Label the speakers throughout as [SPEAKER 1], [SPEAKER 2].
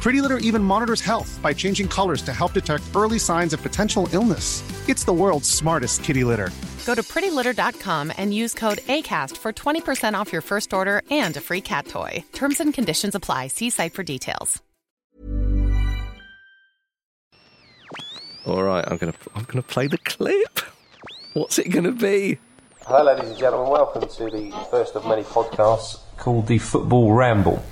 [SPEAKER 1] Pretty Litter even monitors health by changing colors to help detect early signs of potential illness. It's the world's smartest kitty litter.
[SPEAKER 2] Go to prettylitter.com and use code ACAST for 20% off your first order and a free cat toy. Terms and conditions apply. See site for details.
[SPEAKER 3] All right, I'm gonna I'm gonna play the clip. What's it gonna be?
[SPEAKER 4] Hi, ladies and gentlemen. Welcome to the first of many podcasts called the Football Ramble.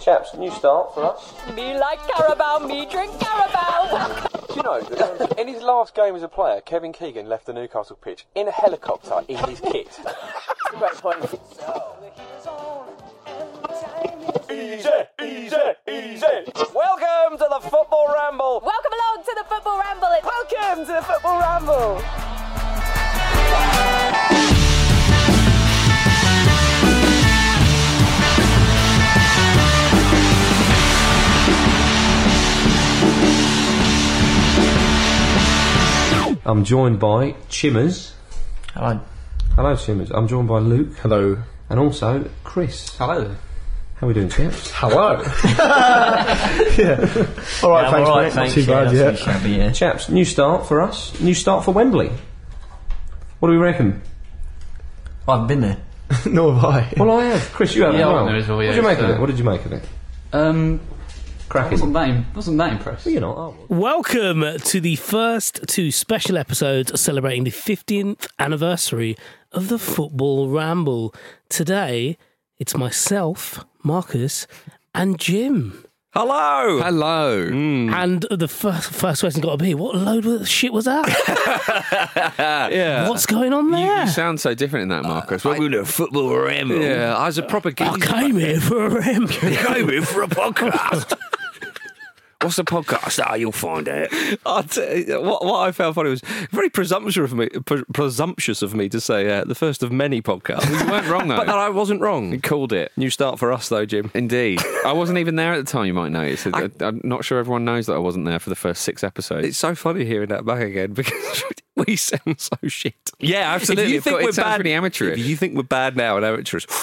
[SPEAKER 4] Chaps, new start for us.
[SPEAKER 5] Me like Carabao, me drink Carabao.
[SPEAKER 4] Do you know, that in his last game as a player, Kevin Keegan left the Newcastle pitch in a helicopter in his kit. Great point. Easy, easy, easy. Welcome to the Football Ramble.
[SPEAKER 5] Welcome along to the football ramble. It's
[SPEAKER 4] Welcome to the Football Ramble. I'm joined by Chimmers.
[SPEAKER 6] Hello.
[SPEAKER 4] Hello, Chimmers. I'm joined by Luke.
[SPEAKER 6] Hello.
[SPEAKER 4] And also Chris.
[SPEAKER 6] Hello.
[SPEAKER 4] How are we doing, chaps?
[SPEAKER 6] Hello.
[SPEAKER 4] All right,
[SPEAKER 6] Yeah,
[SPEAKER 4] thanks,
[SPEAKER 6] all
[SPEAKER 4] mate.
[SPEAKER 6] right,
[SPEAKER 4] Not
[SPEAKER 6] thanks.
[SPEAKER 4] too
[SPEAKER 6] yeah,
[SPEAKER 4] bad,
[SPEAKER 6] nothing
[SPEAKER 4] yeah.
[SPEAKER 6] shabby, yeah.
[SPEAKER 4] Chaps, new start for us. New start for Wembley. What do we reckon?
[SPEAKER 6] I haven't been there.
[SPEAKER 7] Nor have I.
[SPEAKER 4] Well, I have. Chris, you haven't.
[SPEAKER 7] Yeah, I
[SPEAKER 4] well.
[SPEAKER 7] went there as well,
[SPEAKER 4] what
[SPEAKER 7] yeah,
[SPEAKER 4] did you make of
[SPEAKER 7] so-
[SPEAKER 4] it? What did you make of it?
[SPEAKER 7] Um, I
[SPEAKER 4] Cracking.
[SPEAKER 7] wasn't that, im- wasn't that impressed.
[SPEAKER 4] You're not, are we?
[SPEAKER 8] Welcome to the first two special episodes celebrating the 15th anniversary of the Football Ramble. Today, it's myself, Marcus, and Jim.
[SPEAKER 3] Hello. Hmm.
[SPEAKER 9] Hello.
[SPEAKER 8] And the first first question's got to be, what load of shit was that?
[SPEAKER 9] Yeah.
[SPEAKER 8] What's going on
[SPEAKER 9] You,
[SPEAKER 8] there?
[SPEAKER 9] you sound so different in that, Marcus. Well,
[SPEAKER 3] Welcome to football ramble.
[SPEAKER 9] yeah, I was a proper geek.
[SPEAKER 8] I came here for a ramble.
[SPEAKER 3] Came in for a podcast. What's the podcast? Ah, you'll find out.
[SPEAKER 9] I'll t- what, what I found funny was very presumptuous of me, pre- presumptuous of me to say uh, the first of many podcasts. You weren't wrong though.
[SPEAKER 3] But that I wasn't
[SPEAKER 9] you
[SPEAKER 3] wrong.
[SPEAKER 9] called it. New start for us though, Jim.
[SPEAKER 3] Indeed.
[SPEAKER 9] I wasn't even there at the time. You might notice. I, am not sure everyone knows that I wasn't there for the first six episodes.
[SPEAKER 3] It's so funny hearing that back again because we sound so shit.
[SPEAKER 9] yeah,
[SPEAKER 3] If you think we're bad,
[SPEAKER 9] pretty amateurish.
[SPEAKER 3] If you think we're bad now and amateurish,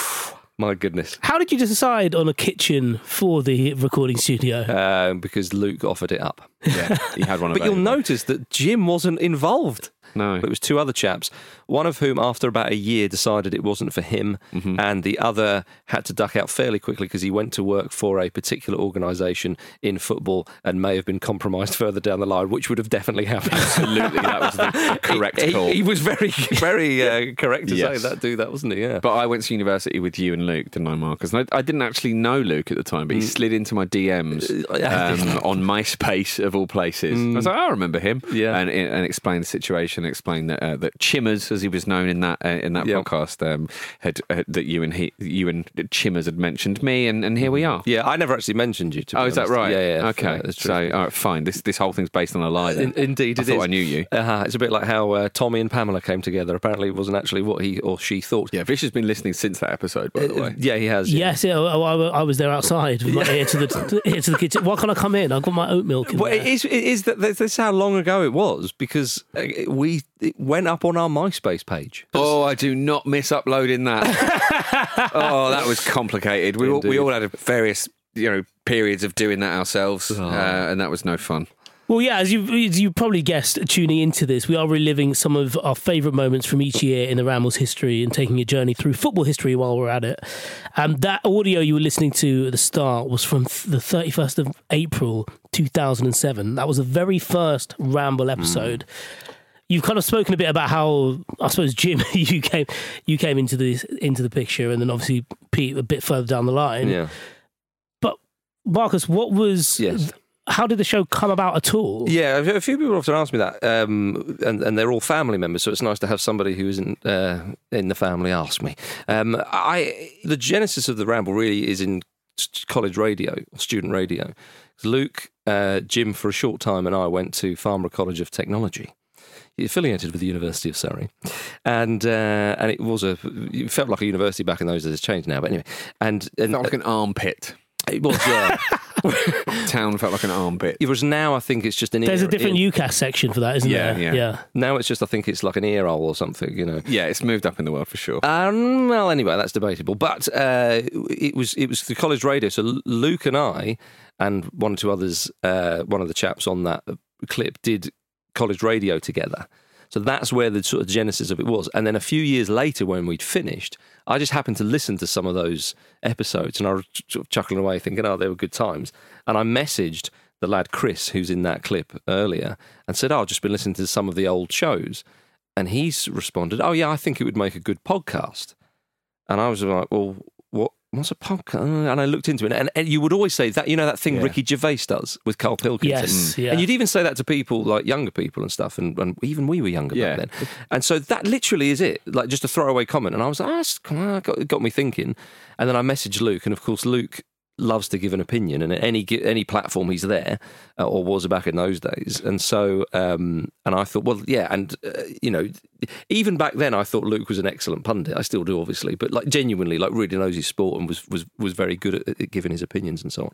[SPEAKER 3] my goodness.
[SPEAKER 8] How did you decide on a kitchen for the recording studio?
[SPEAKER 3] Um, because Luke offered it up.
[SPEAKER 9] yeah, you had one.
[SPEAKER 3] But you'll
[SPEAKER 9] available.
[SPEAKER 3] notice that Jim wasn't involved. No. But it was two other chaps, one of whom, after about a year, decided it wasn't for him,
[SPEAKER 9] Mm-hmm.
[SPEAKER 3] and the other had to duck out fairly quickly because he went to work for a particular organisation in football and may have been compromised further down the line, which would have definitely happened.
[SPEAKER 9] Absolutely, that was the correct
[SPEAKER 3] He- he-
[SPEAKER 9] call.
[SPEAKER 3] He, was very, very uh, correct to
[SPEAKER 9] Yes.
[SPEAKER 3] say that, do that, wasn't he? Yeah.
[SPEAKER 9] But I went to university with you and Luke, didn't I, Marcus? And I, I didn't actually know Luke at the time, but he
[SPEAKER 3] Mm. Uh,
[SPEAKER 9] slid into my DMs um, on MySpace of all places.
[SPEAKER 3] Mm.
[SPEAKER 9] I was like, "Oh, I remember him. Yeah, and and explained the situation, explained that uh, that Chimmers, as he was known in that uh, in that podcast, um, had uh, that you and he you and Chimmers had mentioned me, and, and here we are.
[SPEAKER 3] Mm. Yeah, I never actually mentioned you. To be
[SPEAKER 9] oh, is that
[SPEAKER 3] honest.
[SPEAKER 9] right?
[SPEAKER 3] Yeah, yeah.
[SPEAKER 9] Okay, so all right, fine. This this whole thing's based on a lie. then.
[SPEAKER 3] In- indeed,
[SPEAKER 9] I
[SPEAKER 3] it
[SPEAKER 9] thought
[SPEAKER 3] is.
[SPEAKER 9] I knew you.
[SPEAKER 3] Uh-huh. It's a bit like how uh, Tommy and Pamela came together. Apparently, it wasn't actually what he or she thought. Uh,
[SPEAKER 9] Yeah, Vish has been listening since that episode, by the way.
[SPEAKER 3] Yeah, he has. yeah.
[SPEAKER 8] Yes, yeah, I, I- I was there outside with my ear to the ear to the kitchen. Why can't I come in? I've got my oat milk. In
[SPEAKER 3] Well,
[SPEAKER 8] there.
[SPEAKER 3] it is. It is that that's, that's how long ago it was because uh, we it went up on our MySpace page.
[SPEAKER 9] Oh, I do not miss uploading that. oh, that was complicated. We all, we
[SPEAKER 3] Indeed.
[SPEAKER 9] all had various you know periods of doing that ourselves,
[SPEAKER 3] Oh.
[SPEAKER 9] uh, and that was no fun.
[SPEAKER 8] Well, yeah, as you as you probably guessed, tuning into this, we are reliving some of our favourite moments from each year in the Rambles history and taking a journey through football history while we're at it. Um, that audio you were listening to at the start was from th- the thirty first of April two thousand and seven. That was the very first Ramble episode. You've kind of spoken a bit about how I suppose Jim you came you came into this into the picture, and then obviously Pete a bit further down the line.
[SPEAKER 3] Yeah.
[SPEAKER 8] But Marcus, what was How did the show come about at all?
[SPEAKER 3] Yeah, a few people often ask me that, um, and, and they're all family members, so it's nice to have somebody who isn't uh, in the family ask me. Um, I the genesis of the ramble really is in s- college radio, student radio. Luke, uh, Jim, for a short time, and I went to Farmer College of Technology. affiliated with the University of Surrey, and uh, and it was a it felt like a university back in those days. It's changed now, but anyway, and, and felt like
[SPEAKER 9] an armpit.
[SPEAKER 3] It was, yeah.
[SPEAKER 9] Town felt like an armpit.
[SPEAKER 3] It was now. I think it's just an.
[SPEAKER 8] There's a
[SPEAKER 3] ear-
[SPEAKER 8] different
[SPEAKER 3] ear-
[SPEAKER 8] UCAS section for that, isn't
[SPEAKER 3] Yeah,
[SPEAKER 8] there?
[SPEAKER 3] yeah. Now it's just I think it's like an ear roll or something, you know.
[SPEAKER 9] Yeah, it's moved up in the world for sure.
[SPEAKER 3] Um, well, anyway, that's debatable. But uh, it was it was the college radio. So L- Luke and I, and one or two others, uh, one of the chaps on that clip did college radio together. So that's where the sort of genesis of it was. And then a few years later, when we'd finished, I just happened to listen to some of those episodes, and I was sort of chuckling away, thinking, "Oh, they were good times." And I messaged the lad Chris, who's in that clip earlier, and said, oh, I've just been listening to some of the old shows. And he's responded, Oh, yeah, I think it would make a good podcast. And I was like, Well, what? What's a podcast? And I looked into it, and, and you would always say that you know that thing Ricky Gervais does with Carl Pilkington.
[SPEAKER 8] Yes, Mm. yeah.
[SPEAKER 3] And you'd even say that to people like younger people and stuff, and, and even we were younger
[SPEAKER 9] Yeah.
[SPEAKER 3] back then. And so that literally is it, like just a throwaway comment. And I was like, ah, that's- ah, got, it got me thinking. And then I messaged Luke, and of course Luke loves to give an opinion, and at any gi- any platform he's there uh, or was back in those days. And so, um, and I thought, well, yeah, and uh, you know, even back then, I thought Luke was an excellent pundit. I still do, obviously, but like genuinely, like really knows his sport and was was was very good at, at giving his opinions and so on.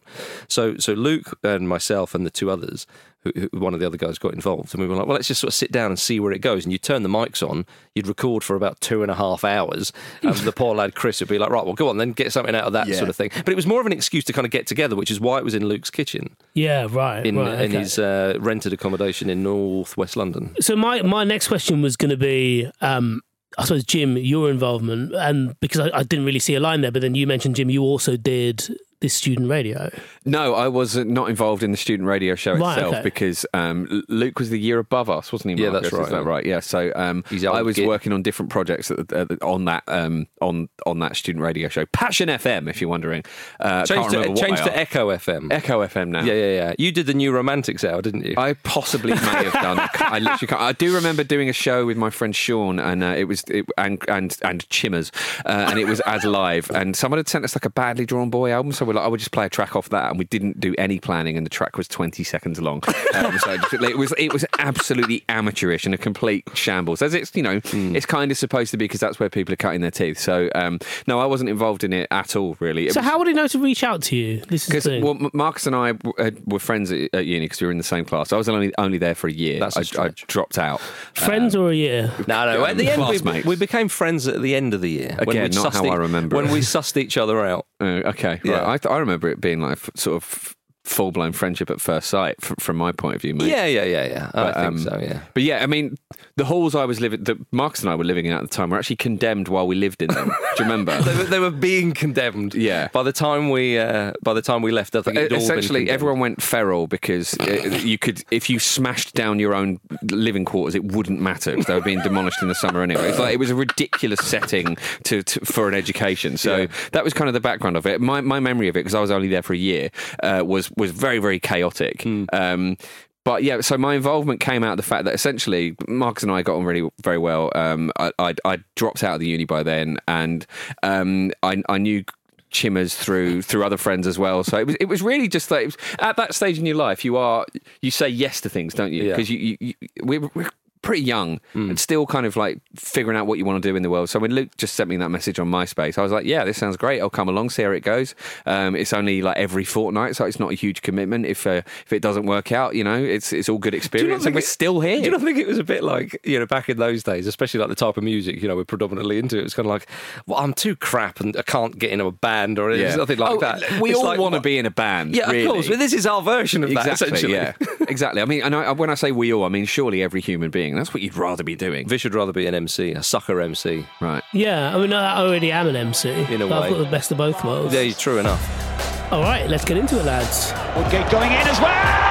[SPEAKER 3] So, so Luke and myself and the two others, who, who, one of the other guys got involved, and we were like, well, let's just sort of sit down and see where it goes. And you turn the mics on, you'd record for about two and a half hours, and the poor lad Chris would be like, right, well, go on, then get something out of that
[SPEAKER 8] Yeah.
[SPEAKER 3] sort of thing. But it was more of an excuse to kind of get together, which is why it was in Luke's kitchen
[SPEAKER 8] Yeah, right.
[SPEAKER 3] in,
[SPEAKER 8] right
[SPEAKER 3] in
[SPEAKER 8] okay.
[SPEAKER 3] his uh, rented accommodation in North West London.
[SPEAKER 8] So my my next question was going to be, um, I suppose, Jim, your involvement, and because I, I didn't really see a line there, but then you mentioned Jim, you also did this student radio.
[SPEAKER 9] No, I was not involved in the student radio show
[SPEAKER 8] Right,
[SPEAKER 9] itself
[SPEAKER 8] okay.
[SPEAKER 9] because um, L- Luke was the year above us, wasn't he?
[SPEAKER 3] Yeah, that's
[SPEAKER 9] Marcus? Is
[SPEAKER 3] right,
[SPEAKER 9] that
[SPEAKER 3] yeah.
[SPEAKER 9] right? Yeah. So um,
[SPEAKER 3] old
[SPEAKER 9] I was
[SPEAKER 3] git.
[SPEAKER 9] working on different projects at the, at the- on that um, on on that student radio show, Passion FM, if you're wondering. Uh,
[SPEAKER 3] Change
[SPEAKER 9] can't
[SPEAKER 3] to-
[SPEAKER 9] remember what
[SPEAKER 3] change
[SPEAKER 9] they
[SPEAKER 3] to
[SPEAKER 9] are.
[SPEAKER 3] Echo FM.
[SPEAKER 9] Echo FM now.
[SPEAKER 3] Yeah, yeah, yeah. You did the New Romantics hour, didn't you?
[SPEAKER 9] I possibly may have done. I, can't- I literally can't. I do remember doing a show with my friend Sean, and uh, it was it, and and and Chimmers, uh, and it was as live. And someone had sent us like a badly drawn boy album, so we're like, I would just play a track off that, and we didn't do any planning, and the track was twenty seconds long. Um, so it, just- it was it was absolutely amateurish and a complete shambles. As it's you know,
[SPEAKER 3] Hmm.
[SPEAKER 9] it's kind of supposed to be because that's where people are cutting their teeth. So um, no, I wasn't involved in it at all, really. It
[SPEAKER 8] So
[SPEAKER 9] was-
[SPEAKER 8] how would he know to reach out to you? This is the
[SPEAKER 9] because
[SPEAKER 8] thing.
[SPEAKER 9] well, M- Marcus and I w- uh, were friends at, at uni because we were in the same class. I was only only there for a year.
[SPEAKER 3] That's a
[SPEAKER 9] I, I dropped out. Um,
[SPEAKER 8] Friends or a year?
[SPEAKER 3] No, no. At the end, we,
[SPEAKER 9] Classmates.
[SPEAKER 3] we became friends at the end of the year. when
[SPEAKER 9] Again,
[SPEAKER 3] we sussed
[SPEAKER 9] not how
[SPEAKER 3] e-
[SPEAKER 9] I remember
[SPEAKER 3] When
[SPEAKER 9] it.
[SPEAKER 3] we sussed each other out.
[SPEAKER 9] Uh, okay,
[SPEAKER 3] Yeah.
[SPEAKER 9] right. I, th- I remember it being like f- sort of full blown friendship at first sight f- from my point of view, mate.
[SPEAKER 3] Yeah, yeah, yeah, yeah. I think so, yeah.
[SPEAKER 9] But yeah, I mean, the halls I was living, that Marcus and I were living in at the time, were actually condemned while we lived in them. Do you remember?
[SPEAKER 3] they, were, they were being condemned.
[SPEAKER 9] Yeah.
[SPEAKER 3] By the time we uh, by the time we left, I think
[SPEAKER 9] E-
[SPEAKER 3] it'd all been
[SPEAKER 9] essentially
[SPEAKER 3] condemned.
[SPEAKER 9] everyone went feral because uh, you could if you smashed down your own living quarters it wouldn't matter 'cause they were being demolished in the summer anyway it's like it was a ridiculous setting to, to for an education so that was kind of the background of it my, my memory of it because I was only there for a year uh, was was very very chaotic um but yeah, so my involvement came out of the fact that essentially Marcus and I got on really very well. Um, I, I, I dropped out of the uni by then, and um, I, I knew chimmers through through other friends as well. So it was it was really just like it was, at that stage in your life, you are you say yes to things, don't you?
[SPEAKER 3] Yeah.
[SPEAKER 9] Because you, you, you we're, we're pretty young
[SPEAKER 3] Hmm.
[SPEAKER 9] and still kind of like figuring out what you want to do in the world. So when Luke just sent me that message on MySpace, I was like, yeah, this sounds great. I'll come along, see how it goes. Um, it's only like every fortnight, so it's not a huge commitment. If uh, if it doesn't work out, you know, it's it's all good experience, and
[SPEAKER 3] think
[SPEAKER 9] we're
[SPEAKER 3] it-
[SPEAKER 9] still here.
[SPEAKER 3] Do you not think it was a bit like you know back in those days, especially like the type of music you know we're predominantly into? It was kind of like, well, I'm too crap and I can't get into a band or
[SPEAKER 9] Yeah.
[SPEAKER 3] anything like
[SPEAKER 9] Oh,
[SPEAKER 3] that.
[SPEAKER 9] We
[SPEAKER 3] It's
[SPEAKER 9] all
[SPEAKER 3] like,
[SPEAKER 9] want to
[SPEAKER 3] what-
[SPEAKER 9] be in a band.
[SPEAKER 3] Yeah,
[SPEAKER 9] really.
[SPEAKER 3] of course. But this is our version of that, essentially.
[SPEAKER 9] Yeah, exactly. I mean, and I, when I say we all, I mean surely every human being. That's what you'd rather be doing.
[SPEAKER 3] Vish would rather be an MC, a sucker MC.
[SPEAKER 9] Right.
[SPEAKER 8] Yeah, I mean, I already am an MC.
[SPEAKER 3] In a
[SPEAKER 8] but
[SPEAKER 3] way.
[SPEAKER 8] I've got the best of both worlds.
[SPEAKER 3] Yeah, true enough.
[SPEAKER 8] All right, let's get into it, lads.
[SPEAKER 10] Woodgate going in as well.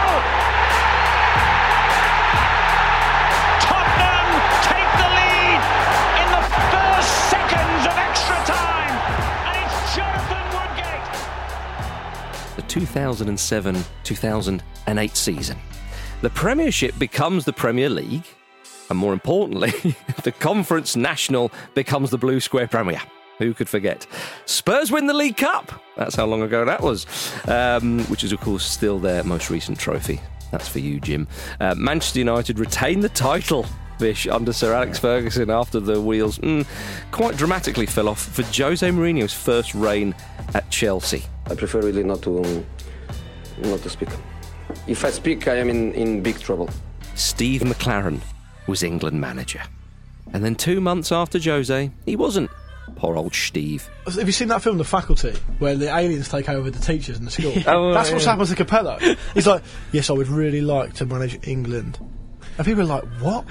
[SPEAKER 10] Tottenham take the lead in the first seconds of extra time, and it's Jonathan Woodgate.
[SPEAKER 3] The 2007 2008 season. The Premiership becomes the Premier League, and more importantly, the Conference National becomes the Blue Square Premier. Who could forget? Spurs win the League Cup. That's how long ago that was, um, which is, of course, still their most recent trophy. That's for you, Jim. Uh, Manchester United retain the title. Vish under Sir Alex Ferguson after the wheels mm, quite dramatically fell off for Jose Mourinho's first reign at Chelsea.
[SPEAKER 11] I prefer really not to um, not to speak. If I speak, I am in, in big trouble.
[SPEAKER 3] Steve McLaren was England manager. And then two months after Jose, he wasn't. Poor old Steve.
[SPEAKER 6] Have you seen that film, The Faculty, where the aliens take over the teachers in the school?
[SPEAKER 3] Oh,
[SPEAKER 6] That's
[SPEAKER 3] yeah.
[SPEAKER 6] what's happened to Capello. He's like, yes, I would really like to manage England. And people are like, what?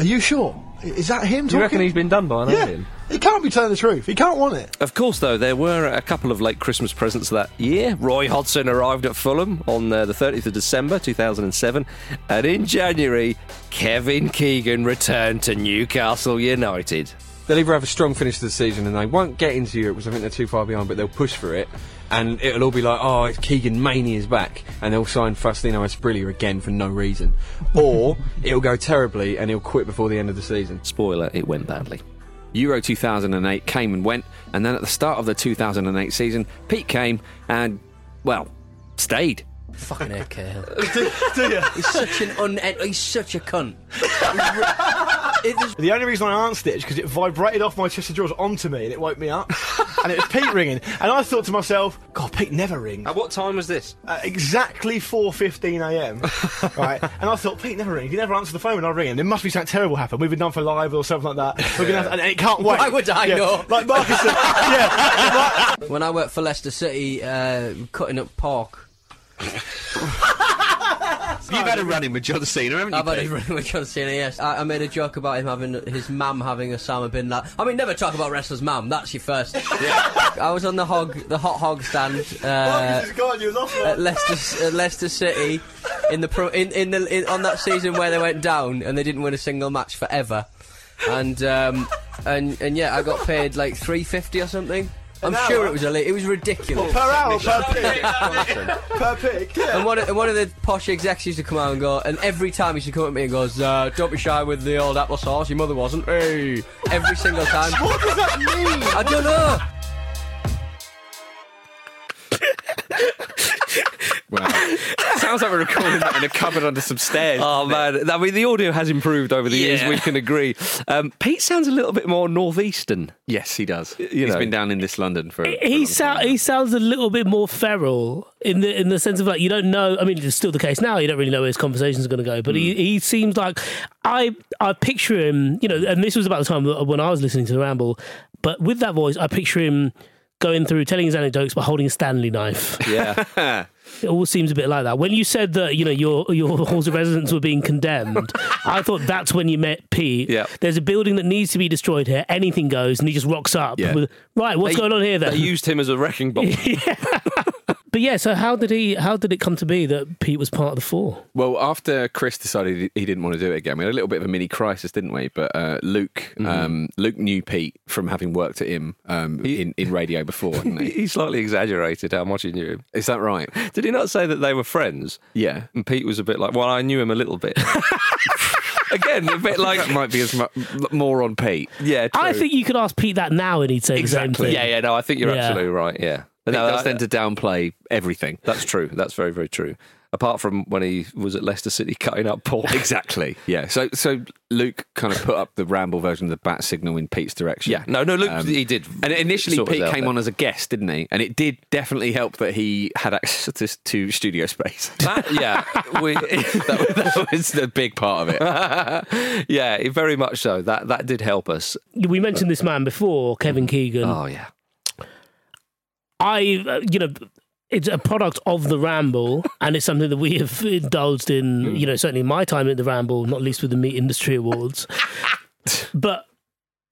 [SPEAKER 6] Are you sure? I- Is that him
[SPEAKER 3] Do
[SPEAKER 6] talking?
[SPEAKER 3] you reckon he's been done by an
[SPEAKER 6] yeah.
[SPEAKER 3] alien?
[SPEAKER 6] He can't be telling the truth. He can't want it.
[SPEAKER 3] Of course, though, there were a couple of late Christmas presents that year. Roy Hodgson arrived at Fulham on uh, the 30th of December 2007. And in January, Kevin Keegan returned to Newcastle United.
[SPEAKER 4] They'll either have a strong finish to the season and they won't get into Europe because I think they're too far behind, but they'll push for it. And it'll all be like, oh, it's Keegan Maney is back. And they'll sign Faustino Esprilla again for no reason. Or it'll go terribly and he'll quit before the end of the season.
[SPEAKER 3] Spoiler, it went badly.
[SPEAKER 9] Euro 2008 came and went, and then at the start of the 2008 season, Pete came and, well, stayed.
[SPEAKER 12] Fucking heck, Cahill. do you? He's such an un. He's such a cunt.
[SPEAKER 6] The only reason I answered it is because it vibrated off my chest of drawers onto me and it woke me up. and it was Pete ringing. And I thought to myself, God, Pete never rings.
[SPEAKER 3] At what time was this?
[SPEAKER 6] Uh, exactly 4.15am. right. And I thought, Pete never rings. He never answers the phone when I ring him. There must be something terrible happened. We've been done for live or something like that. We're gonna have to, and it can't wait.
[SPEAKER 12] Why would I
[SPEAKER 6] Yeah.
[SPEAKER 12] know?
[SPEAKER 6] Like Marcus said, yeah.
[SPEAKER 12] When I worked for Leicester City, uh, cutting up pork.
[SPEAKER 9] You've had a run in with John Cena, haven't
[SPEAKER 12] you? I've had a run with John Cena. Yes, I, I made a joke about him having his mum having Osama bin Laden. I mean, never talk about wrestlers' mum. That's your first. I was on the hog, the hot hog stand. Uh,
[SPEAKER 6] Marcus is gone, you lost
[SPEAKER 12] at Leicester, at Leicester City in the pro, in, in the in, on that season where they went down and they didn't win a single match forever, and um, and and yeah, I got paid like three fifty or something. I'm
[SPEAKER 6] An
[SPEAKER 12] sure
[SPEAKER 6] hour?
[SPEAKER 12] it was a it was ridiculous.
[SPEAKER 6] Per hour, per pig. per pig, yeah.
[SPEAKER 12] And one, of, and one of the posh execs used to come out and go, and every time he used to come at me and goes, uh, "Don't be shy with the old apple sauce. Your mother wasn't." Hey, every single time.
[SPEAKER 6] What does that mean?
[SPEAKER 12] I don't know.
[SPEAKER 9] Wow. Sounds like we're recording that in a cupboard under some stairs.
[SPEAKER 3] Oh man, I mean the audio has improved over the years.
[SPEAKER 9] Yeah.
[SPEAKER 3] We can agree. Um, Pete sounds a little bit more northeastern.
[SPEAKER 9] Yes, he does.
[SPEAKER 3] you
[SPEAKER 9] He's
[SPEAKER 3] know.
[SPEAKER 9] been down in this London for.
[SPEAKER 8] He sound, he sounds a little bit more feral in the in the sense of like you don't know. I mean, it's still the case now. You don't really know where his conversation's going to go. But
[SPEAKER 3] Hmm.
[SPEAKER 8] he, he seems like I I picture him. You know, and this was about the time when I was listening to the ramble. But with that voice, I picture him going through telling his anecdotes but holding a Stanley knife.
[SPEAKER 3] Yeah.
[SPEAKER 8] It all seems a bit like that. When you said that, you know, your your halls of residence were being condemned, I thought that's when you met Pete.
[SPEAKER 3] Yeah.
[SPEAKER 8] There's a building that needs to be destroyed here. Anything goes, and he just rocks up.
[SPEAKER 3] Yeah.
[SPEAKER 8] With, right, what's
[SPEAKER 3] They-
[SPEAKER 8] going on here then?
[SPEAKER 3] They used him as a wrecking ball.
[SPEAKER 8] but yeah, so how did he? How did it come to be that Pete was part of the four?
[SPEAKER 9] Well, after Chris decided he didn't want to do it again, we had a little bit of a mini crisis, didn't we? But uh, Luke, um, Luke knew Pete from having worked at him um, in, in radio before, didn't he?
[SPEAKER 3] he slightly exaggerated how much he knew him.
[SPEAKER 9] Is that right?
[SPEAKER 3] Did he not say that they were friends?
[SPEAKER 9] Yeah.
[SPEAKER 3] And Pete was a bit like, well, I knew him a little bit. Again, a bit like.
[SPEAKER 9] that might be as mu- more on Pete.
[SPEAKER 3] Yeah, true.
[SPEAKER 8] I think you could ask Pete that now, and he'd say the same thing.
[SPEAKER 3] Uh, Yeah, yeah, no, I think you're
[SPEAKER 8] Yeah.
[SPEAKER 3] absolutely right. Yeah.
[SPEAKER 9] It
[SPEAKER 3] no,
[SPEAKER 9] does
[SPEAKER 3] I-
[SPEAKER 9] tend to downplay everything.
[SPEAKER 3] That's true. That's very, very true. Apart from when he was at Leicester City cutting up Paul.
[SPEAKER 9] Exactly. Yeah. So so Luke kind of put up the ramble version of the bat signal in Pete's direction.
[SPEAKER 3] Yeah. No, no, Luke,
[SPEAKER 9] Um,
[SPEAKER 3] he did.
[SPEAKER 9] And initially,
[SPEAKER 3] sort us
[SPEAKER 9] Pete
[SPEAKER 3] out
[SPEAKER 9] came
[SPEAKER 3] there.
[SPEAKER 9] on as a guest, didn't he? And it did definitely help that he had access to, to studio space.
[SPEAKER 3] That, yeah, we,
[SPEAKER 9] that, that was the big part of it.
[SPEAKER 3] yeah, very much so. That that did help us.
[SPEAKER 8] We mentioned this man before, Kevin Keegan.
[SPEAKER 3] Oh yeah.
[SPEAKER 8] I, uh, you know, it's a product of the ramble, and it's something that we have indulged in, you know, certainly my time at the ramble, not least with the Meat Industry Awards. but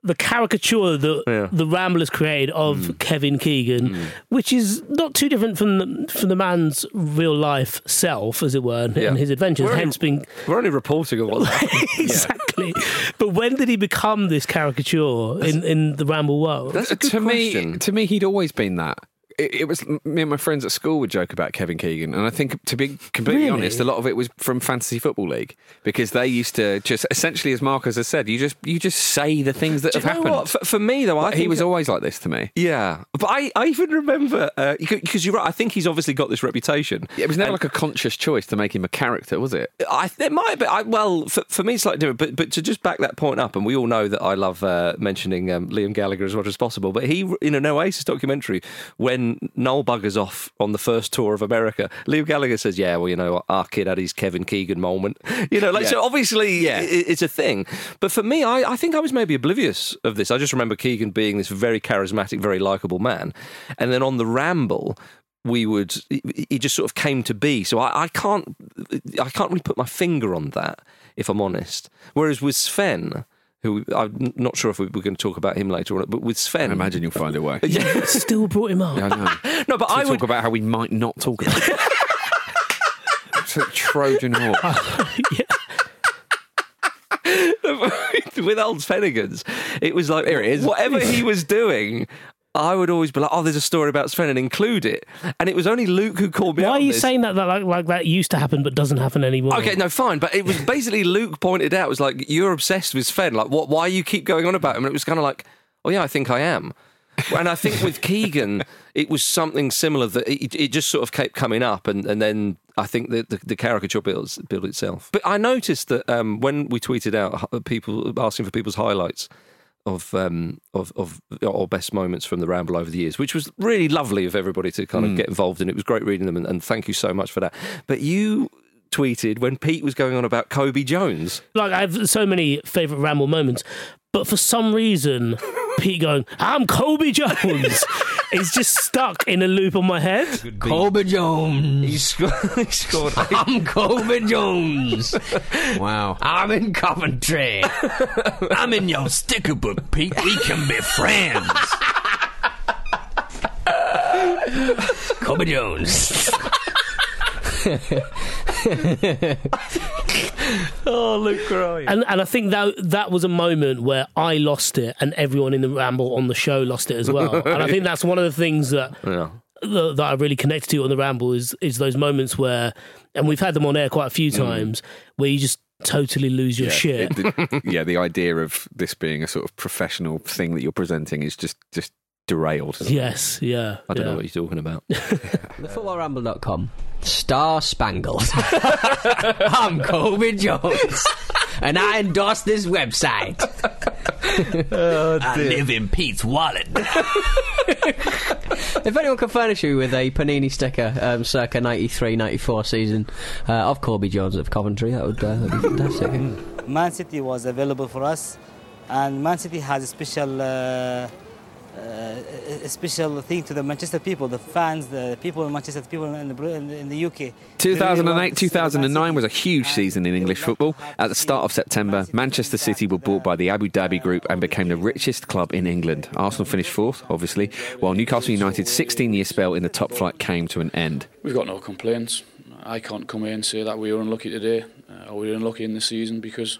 [SPEAKER 8] the caricature that the ramble has created of
[SPEAKER 3] Mm.
[SPEAKER 8] Kevin Keegan, which is not too different from the, from the man's real life self, as it were, and,
[SPEAKER 3] Yeah.
[SPEAKER 8] and his adventures,
[SPEAKER 3] We're only-
[SPEAKER 8] hence being
[SPEAKER 3] We're only reporting on what happened.
[SPEAKER 8] exactly. But when did he become this caricature in, in the ramble world?
[SPEAKER 9] to me, to me, he'd always been that. It, it was me and my friends at school would joke about Kevin Keegan, and I think to be completely
[SPEAKER 8] Really?
[SPEAKER 9] honest, a lot of it was from fantasy football league because they used to just essentially, as Marcus has said, you just you just say the things that
[SPEAKER 3] Do you
[SPEAKER 9] have
[SPEAKER 3] know
[SPEAKER 9] happened.
[SPEAKER 3] what? For, for me though, I
[SPEAKER 9] he
[SPEAKER 3] think-
[SPEAKER 9] was always like this to me.
[SPEAKER 3] Yeah, but I, I even remember Uh, because you're right. I think he's obviously got this reputation.
[SPEAKER 9] It was never
[SPEAKER 3] And-
[SPEAKER 9] like a conscious choice to make him a character, was it?
[SPEAKER 3] I it might be. I, well, for, for me, it's slightly different. But but to just back that point up, and we all know that I love uh, mentioning um, Liam Gallagher as much as possible. But he, in an Oasis documentary, when Noel buggers off on the first tour of America, Liam Gallagher says, "Yeah, well, you know, our kid had his Kevin Keegan moment. You know, like so. Obviously, yeah, it's a thing. But for me, I, I think I was maybe oblivious of this. I just remember Keegan being this very charismatic, very likable man, and then on the ramble we would it it just sort of came to be so I, I can't i can't really put my finger on that if i'm honest whereas with sven who i'm not sure if we we're going to talk about him later on but with sven
[SPEAKER 9] imagine you'll find a way
[SPEAKER 8] Still brought him up.
[SPEAKER 9] I know.
[SPEAKER 3] no but
[SPEAKER 9] to
[SPEAKER 3] i
[SPEAKER 9] talk
[SPEAKER 3] would
[SPEAKER 9] about how we might not talk about. it. It's a Trojan horse.
[SPEAKER 3] with old Fennigans, it was like whatever he was doing. I would always be like, "Oh, there's a story about Sven," and include it. And it was only Luke who called me.
[SPEAKER 8] Why
[SPEAKER 3] out
[SPEAKER 8] are
[SPEAKER 3] on
[SPEAKER 8] you
[SPEAKER 3] this.
[SPEAKER 8] saying that, that like, like that used to happen but doesn't happen anymore?
[SPEAKER 3] Okay, no, fine, but it was basically Luke pointed out it was like you're obsessed with Sven. Like, what? Why you keep going on about him? And it was kind of like, oh yeah, I think I am. And I think with Keegan, it was something similar that it, it just sort of kept coming up, and, and then I think the, the, the caricature builds built itself. But I noticed that um, when we tweeted out h- people asking for people's highlights of um, of of or best moments from the ramble over the years, which was really lovely of everybody to kind of get involved in. It was great reading them, and, and thank you so much for that. But you tweeted when Pete was going on about Kobe Jones.
[SPEAKER 8] Like I have so many favourite ramble moments, but for some reason, Pete going, "I'm Kobe Jones," is just stuck in a loop on my head.
[SPEAKER 13] Colby Jones. He,
[SPEAKER 3] scored.
[SPEAKER 13] I'm Colby Jones.
[SPEAKER 9] Wow.
[SPEAKER 13] I'm in Coventry. I'm in your sticker book, Pete. We can be friends. Colby Jones.
[SPEAKER 3] Oh, Luke crying.
[SPEAKER 8] And and I think that that was a moment where I lost it, and everyone in the ramble on the show lost it as well. And I think that's one of the things that
[SPEAKER 3] Yeah.
[SPEAKER 8] that, that I really connected to on the ramble is is those moments where, and we've had them on air quite a few times, where you just totally lose your shit.
[SPEAKER 9] it- the- yeah, the idea of this being a sort of professional thing that you're presenting is just just derailed.
[SPEAKER 8] yes, yeah.
[SPEAKER 3] I don't
[SPEAKER 8] yeah.
[SPEAKER 3] know what you're talking about.
[SPEAKER 12] TheFootballRamble.com. Star Spangled. I'm Colby Jones. And I endorse this website.
[SPEAKER 6] Oh,
[SPEAKER 13] I live in Pete's wallet.
[SPEAKER 12] If anyone can furnish you with a Panini sticker um, circa 93 94 season uh, of Colby Jones of Coventry, that would uh, that'd be fantastic.
[SPEAKER 14] Man City was available for us, and Man City has a special uh, uh, a special thing to the Manchester people, the fans, the people in Manchester, the people in the, Br- in the, in the UK.
[SPEAKER 9] 2008 2009 was a huge season in English football. At the start of September, Manchester City were bought by the Abu Dhabi Group and became the richest club in England. Arsenal finished fourth, obviously, while Newcastle United's 16 year spell in the top flight came to an end.
[SPEAKER 15] We've got no complaints. I can't come here and say that we were unlucky today uh, or we were unlucky in the season because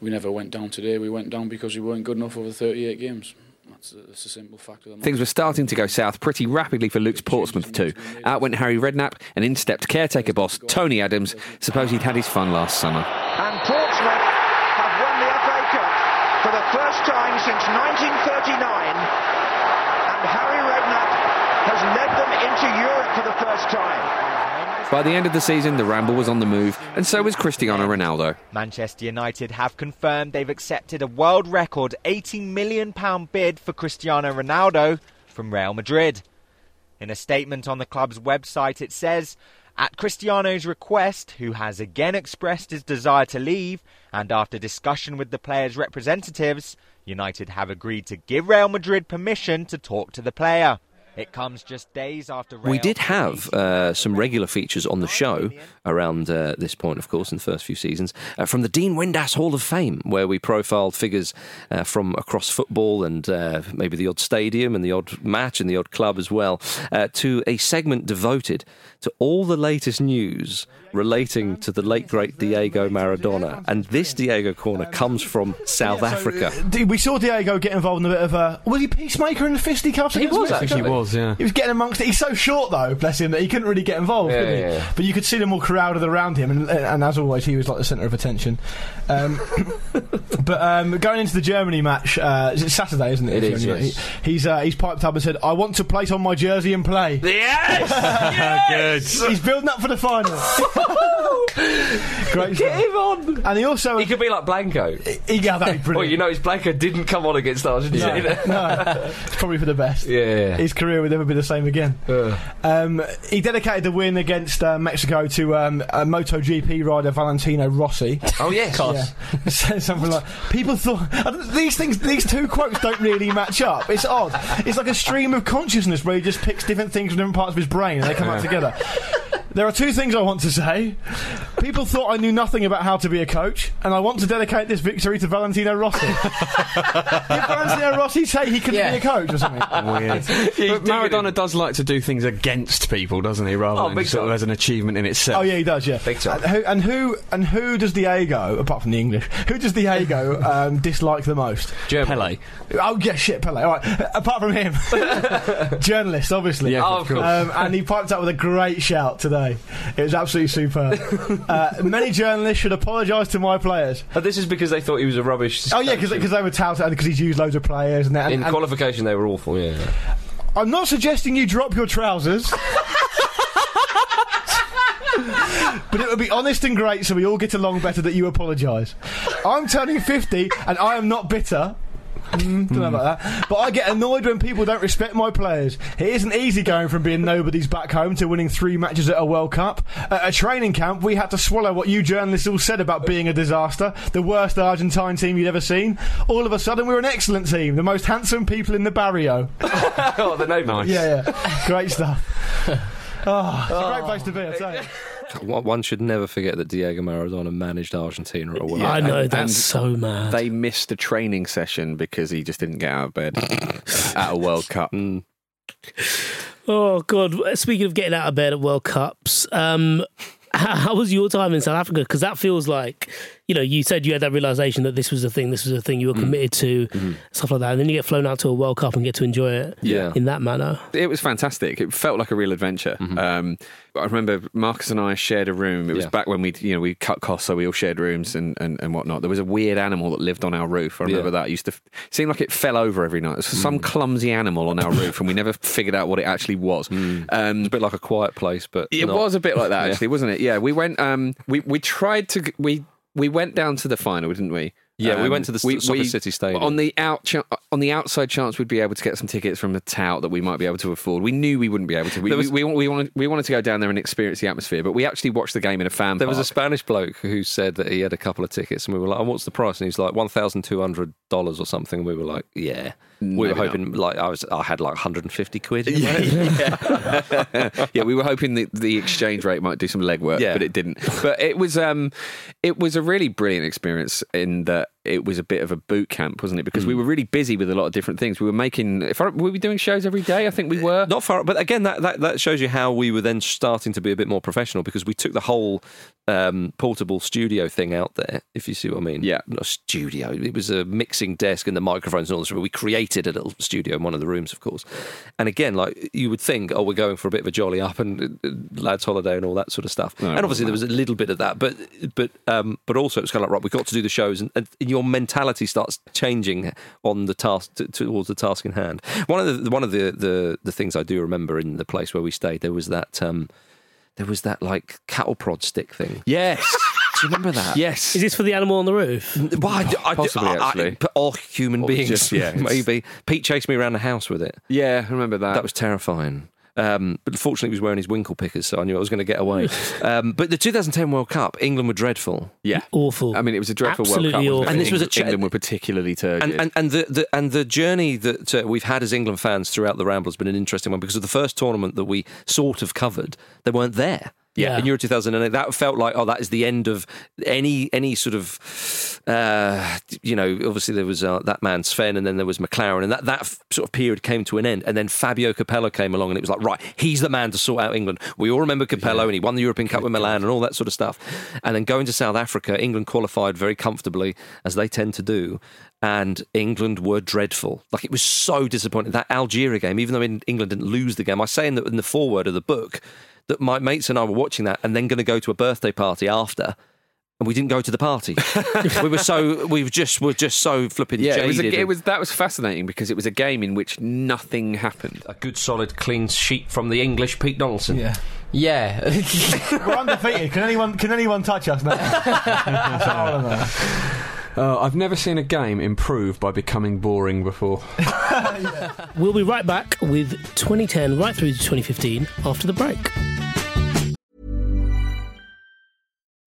[SPEAKER 15] we never went down today. We went down because we weren't good enough over 38 games. That's a, that's a simple fact of the matter.
[SPEAKER 9] Things were starting to go south pretty rapidly for Luke's Portsmouth too. Out went Harry Redknapp, and in stepped caretaker boss Tony Adams. Suppose he'd had his fun last summer.
[SPEAKER 16] And Portsmouth have won the FA Cup for the first time since 1939. And Harry Redknapp has led them into Europe for the first time.
[SPEAKER 9] By the end of the season, the Ramble was on the move, and so was Cristiano Ronaldo.
[SPEAKER 17] Manchester United have confirmed they've accepted a world record £80 million bid for Cristiano Ronaldo from Real Madrid. In a statement on the club's website, it says, At Cristiano's request, who has again expressed his desire to leave, and after discussion with the player's representatives, United have agreed to give Real Madrid permission to talk to the player. It comes just days after Real
[SPEAKER 3] We did have uh, some regular features on the show around uh, this point, of course, in the first few seasons, uh, from the Dean Windass Hall of Fame, where we profiled figures uh, from across football and uh, maybe the odd stadium and the odd match and the odd club as well, uh, to a segment devoted to all the latest news relating to the late great Diego Maradona. And this Diego corner comes from South Africa.
[SPEAKER 6] Dude, we saw Diego get involved in a bit of a. Was he peacemaker in the fisticuffs?
[SPEAKER 3] He
[SPEAKER 6] against
[SPEAKER 3] was,
[SPEAKER 6] Mexico?
[SPEAKER 3] actually. He was, yeah.
[SPEAKER 6] He was getting amongst it. He's so short, though, bless him, that he couldn't really get involved,
[SPEAKER 3] Yeah,
[SPEAKER 6] could he?
[SPEAKER 3] yeah, yeah.
[SPEAKER 6] But you could see them all crowded around him, and, and as always, he was like the centre of attention. Um, but um, going into the Germany match, uh, it's Saturday, isn't it?
[SPEAKER 4] It is,
[SPEAKER 6] Germany?
[SPEAKER 4] yes.
[SPEAKER 6] He- he's, uh, he's piped up and said, I want to plate on my jersey and play.
[SPEAKER 4] Yes! Yes!
[SPEAKER 6] He's building up for the final. Great Get him
[SPEAKER 4] on!
[SPEAKER 6] And he also. He
[SPEAKER 4] could be like Blanco.
[SPEAKER 6] Yeah, that'd be
[SPEAKER 4] Well, you know, his Blanco didn't come on against us, did he?
[SPEAKER 6] no, it's probably for the best.
[SPEAKER 4] Yeah.
[SPEAKER 6] His career would never be the same again. Um, he dedicated the win against uh, Mexico to um, a MotoGP rider Valentino Rossi.
[SPEAKER 4] Oh, yes. Of course.
[SPEAKER 6] Yeah. Said something like people thought I don't- these things. These two quotes don't really match up. It's odd. It's like a stream of consciousness where he just picks different things from different parts of his brain and they come out together. There are two things I want to say. People thought I knew nothing about how to be a coach, and I want to dedicate this victory to Valentino Rossi. Did Valentino Rossi say he could
[SPEAKER 4] Yeah.
[SPEAKER 6] be a coach or something?
[SPEAKER 4] Weird. but Maradona does like to do things against people, doesn't he? Rather
[SPEAKER 6] Oh,
[SPEAKER 4] than
[SPEAKER 6] big
[SPEAKER 4] sort of
[SPEAKER 6] time.
[SPEAKER 4] as an achievement in itself.
[SPEAKER 6] Oh yeah, he does. Yeah,
[SPEAKER 4] Big time.
[SPEAKER 6] And who and who and who does Diego, apart from the English, who does Diego um, dislike the most?
[SPEAKER 4] Pele.
[SPEAKER 6] Oh yeah, shit, Pele. All right, apart from him, journalist, obviously.
[SPEAKER 4] Yeah, Oh, of course.
[SPEAKER 6] Um, and he piped up with a great shout today. It was absolutely superb. uh, many journalists should apologise to my players.
[SPEAKER 4] But Uh, this is because they thought he was a rubbish.
[SPEAKER 6] Oh yeah, because they were touted because he's used loads of players and that.
[SPEAKER 4] In
[SPEAKER 6] And, and
[SPEAKER 4] qualification, they were awful. Yeah.
[SPEAKER 6] I'm not suggesting you drop your trousers. But it would be honest and great so we all get along better that you apologise. I'm turning 50 and I am not bitter. Mm, don't know about that. But I get annoyed when people don't respect my players. It isn't easy going from being nobody's back home to winning three matches at a World Cup. At a training camp, we had to swallow what you journalists all said about being a disaster, the worst Argentine team you'd ever seen. All of a sudden, we were an excellent team, the most handsome people in the barrio.
[SPEAKER 4] oh, the name. Nice.
[SPEAKER 6] Yeah, yeah. great stuff. Oh, it's a great place to be, I tell you.
[SPEAKER 3] One one should never forget that Diego Maradona managed Argentina at a World
[SPEAKER 9] Yeah,
[SPEAKER 3] Cup.
[SPEAKER 9] and- and
[SPEAKER 8] mad.
[SPEAKER 9] They missed the training session because he just didn't get out of bed at a World Cup.
[SPEAKER 4] Mm.
[SPEAKER 8] Oh God! Speaking of getting out of bed at World Cups, um, how, how was your time in South Africa? Because that feels like, you know, you said you had that realization that this was a thing, this was a thing you were committed to, stuff like that, and then you get flown out to a World Cup and get to enjoy it,
[SPEAKER 9] Yeah.
[SPEAKER 8] in that manner.
[SPEAKER 9] It was fantastic. It felt like a real adventure. Um, I remember Marcus and I shared a room. It was
[SPEAKER 3] Mm-hmm. Yeah.
[SPEAKER 9] back when we, you know, we cut costs, so we all shared rooms and, and, and whatnot. There was a weird animal that lived on our roof. I remember that. It used to f- seem like it fell over every night. It was
[SPEAKER 3] Mm.
[SPEAKER 9] some clumsy animal on our roof, and we never figured out what it actually was.
[SPEAKER 3] Mm.
[SPEAKER 9] Um, it's a bit like a quiet place, but it
[SPEAKER 3] not.
[SPEAKER 9] was a bit like that
[SPEAKER 3] Yeah.
[SPEAKER 9] actually, wasn't it? Yeah, we went. Um, we we tried to g- we we went down to the final, didn't we?
[SPEAKER 3] Yeah, we
[SPEAKER 9] Um,
[SPEAKER 3] went to the St- Soccer City Stadium.
[SPEAKER 9] on the out chan- on the outside chance we'd be able to get some tickets from the tout that we might be able to afford. We knew we wouldn't be able to. We
[SPEAKER 3] There was-
[SPEAKER 9] we, we, we, wanted, we wanted to go down there and experience the atmosphere, but we actually watched the game in a fan.
[SPEAKER 3] There was a
[SPEAKER 9] park.
[SPEAKER 3] Spanish bloke who said that he had a couple of tickets, and we were like, "And what's the price?" And he's like, "One thousand two hundred dollars or something." And we were like, "Yeah." we were
[SPEAKER 9] Maybe
[SPEAKER 3] hoping, like, I was, I had like 150 quid. in
[SPEAKER 9] Yeah,
[SPEAKER 3] there.
[SPEAKER 9] yeah, we were hoping that the exchange rate might do some legwork,
[SPEAKER 3] Yeah.
[SPEAKER 9] but it didn't. But it was um, it was a really brilliant experience in that it was a bit of a boot camp, wasn't it? Because
[SPEAKER 3] Mm.
[SPEAKER 9] we were really busy with a lot of different things. We were making, if I, were we doing shows every day? I think we were.
[SPEAKER 3] Not far, but again, that, that that shows you how we were then starting to be a bit more professional because we took the whole um, portable studio thing out there. If you see what I mean, yeah, not a studio. It was a mixing desk and the microphones and all this. But we created a little studio in one of the rooms, of course. And again, like you would think, oh, we're going for a bit of a jolly up and uh, lads' holiday and all that sort of stuff.
[SPEAKER 9] No, it
[SPEAKER 3] and obviously,
[SPEAKER 9] wasn't
[SPEAKER 3] there was a little bit of that, but but um, but also it was kind of like right, we've got to do the shows, and, and your mentality starts changing on the task t- towards the task in hand. One of the one of the, the the things I do remember in the place where we stayed, there was that um, there was that like cattle prod stick thing.
[SPEAKER 9] Yes.
[SPEAKER 3] Do you remember that?
[SPEAKER 9] Yes.
[SPEAKER 8] Is this for the animal on the roof?
[SPEAKER 3] Why? I,
[SPEAKER 9] Possibly,
[SPEAKER 3] I, I,
[SPEAKER 9] actually.
[SPEAKER 3] but all human
[SPEAKER 9] Or
[SPEAKER 3] beings,
[SPEAKER 9] just- yeah, it's-
[SPEAKER 3] maybe. Pete chased me around the house with it.
[SPEAKER 9] Yeah, I remember that.
[SPEAKER 3] That was terrifying. Um, but fortunately, he was wearing his winkle pickers, so I knew I was going to get away. um, but the 2010 World Cup, England were dreadful.
[SPEAKER 9] Yeah,
[SPEAKER 8] awful.
[SPEAKER 9] I mean, it was a dreadful World Cup,
[SPEAKER 3] Absolutely
[SPEAKER 9] wasn't it?
[SPEAKER 3] awful. And this was a cha-
[SPEAKER 9] England were particularly turgid.
[SPEAKER 3] And, and, and the, the and the journey that uh, we've had as England fans throughout the Ramble has been an interesting one because of the first tournament that we sort of covered, they weren't there.
[SPEAKER 8] Yeah.
[SPEAKER 3] in Euro 2008, that felt like oh, that is the end of any any sort of uh, you know. Obviously, there was uh, that man Sven, and then there was McLaren, and that that f- sort of period came to an end. And then Fabio Capello came along, and it was like right, he's the man to sort out England. We all remember Capello, and he won the European Cup with Milan, and all that sort of stuff. And then going to South Africa, England qualified very comfortably, as they tend to do and England were dreadful. Like it was so disappointing. That Algeria game, even though in- England didn't lose the game, I say in the, in the foreword of the book that my mates and I were watching that and then going to go to a birthday party after. And we didn't go to the party. we were so we were just were just so flipping
[SPEAKER 9] yeah, it
[SPEAKER 3] jaded.
[SPEAKER 9] was, a, it
[SPEAKER 3] and-
[SPEAKER 9] was that was fascinating because it was a game in which nothing happened.
[SPEAKER 5] A good, solid, clean sheet from the English Pete Donaldson.
[SPEAKER 6] Yeah.
[SPEAKER 12] Yeah.
[SPEAKER 6] We're undefeated. Can anyone can anyone touch us now? I don't know.
[SPEAKER 4] Uh, I've never seen a game improve by becoming boring before.
[SPEAKER 8] We'll be right back with 2010 right through to 2015 after the break.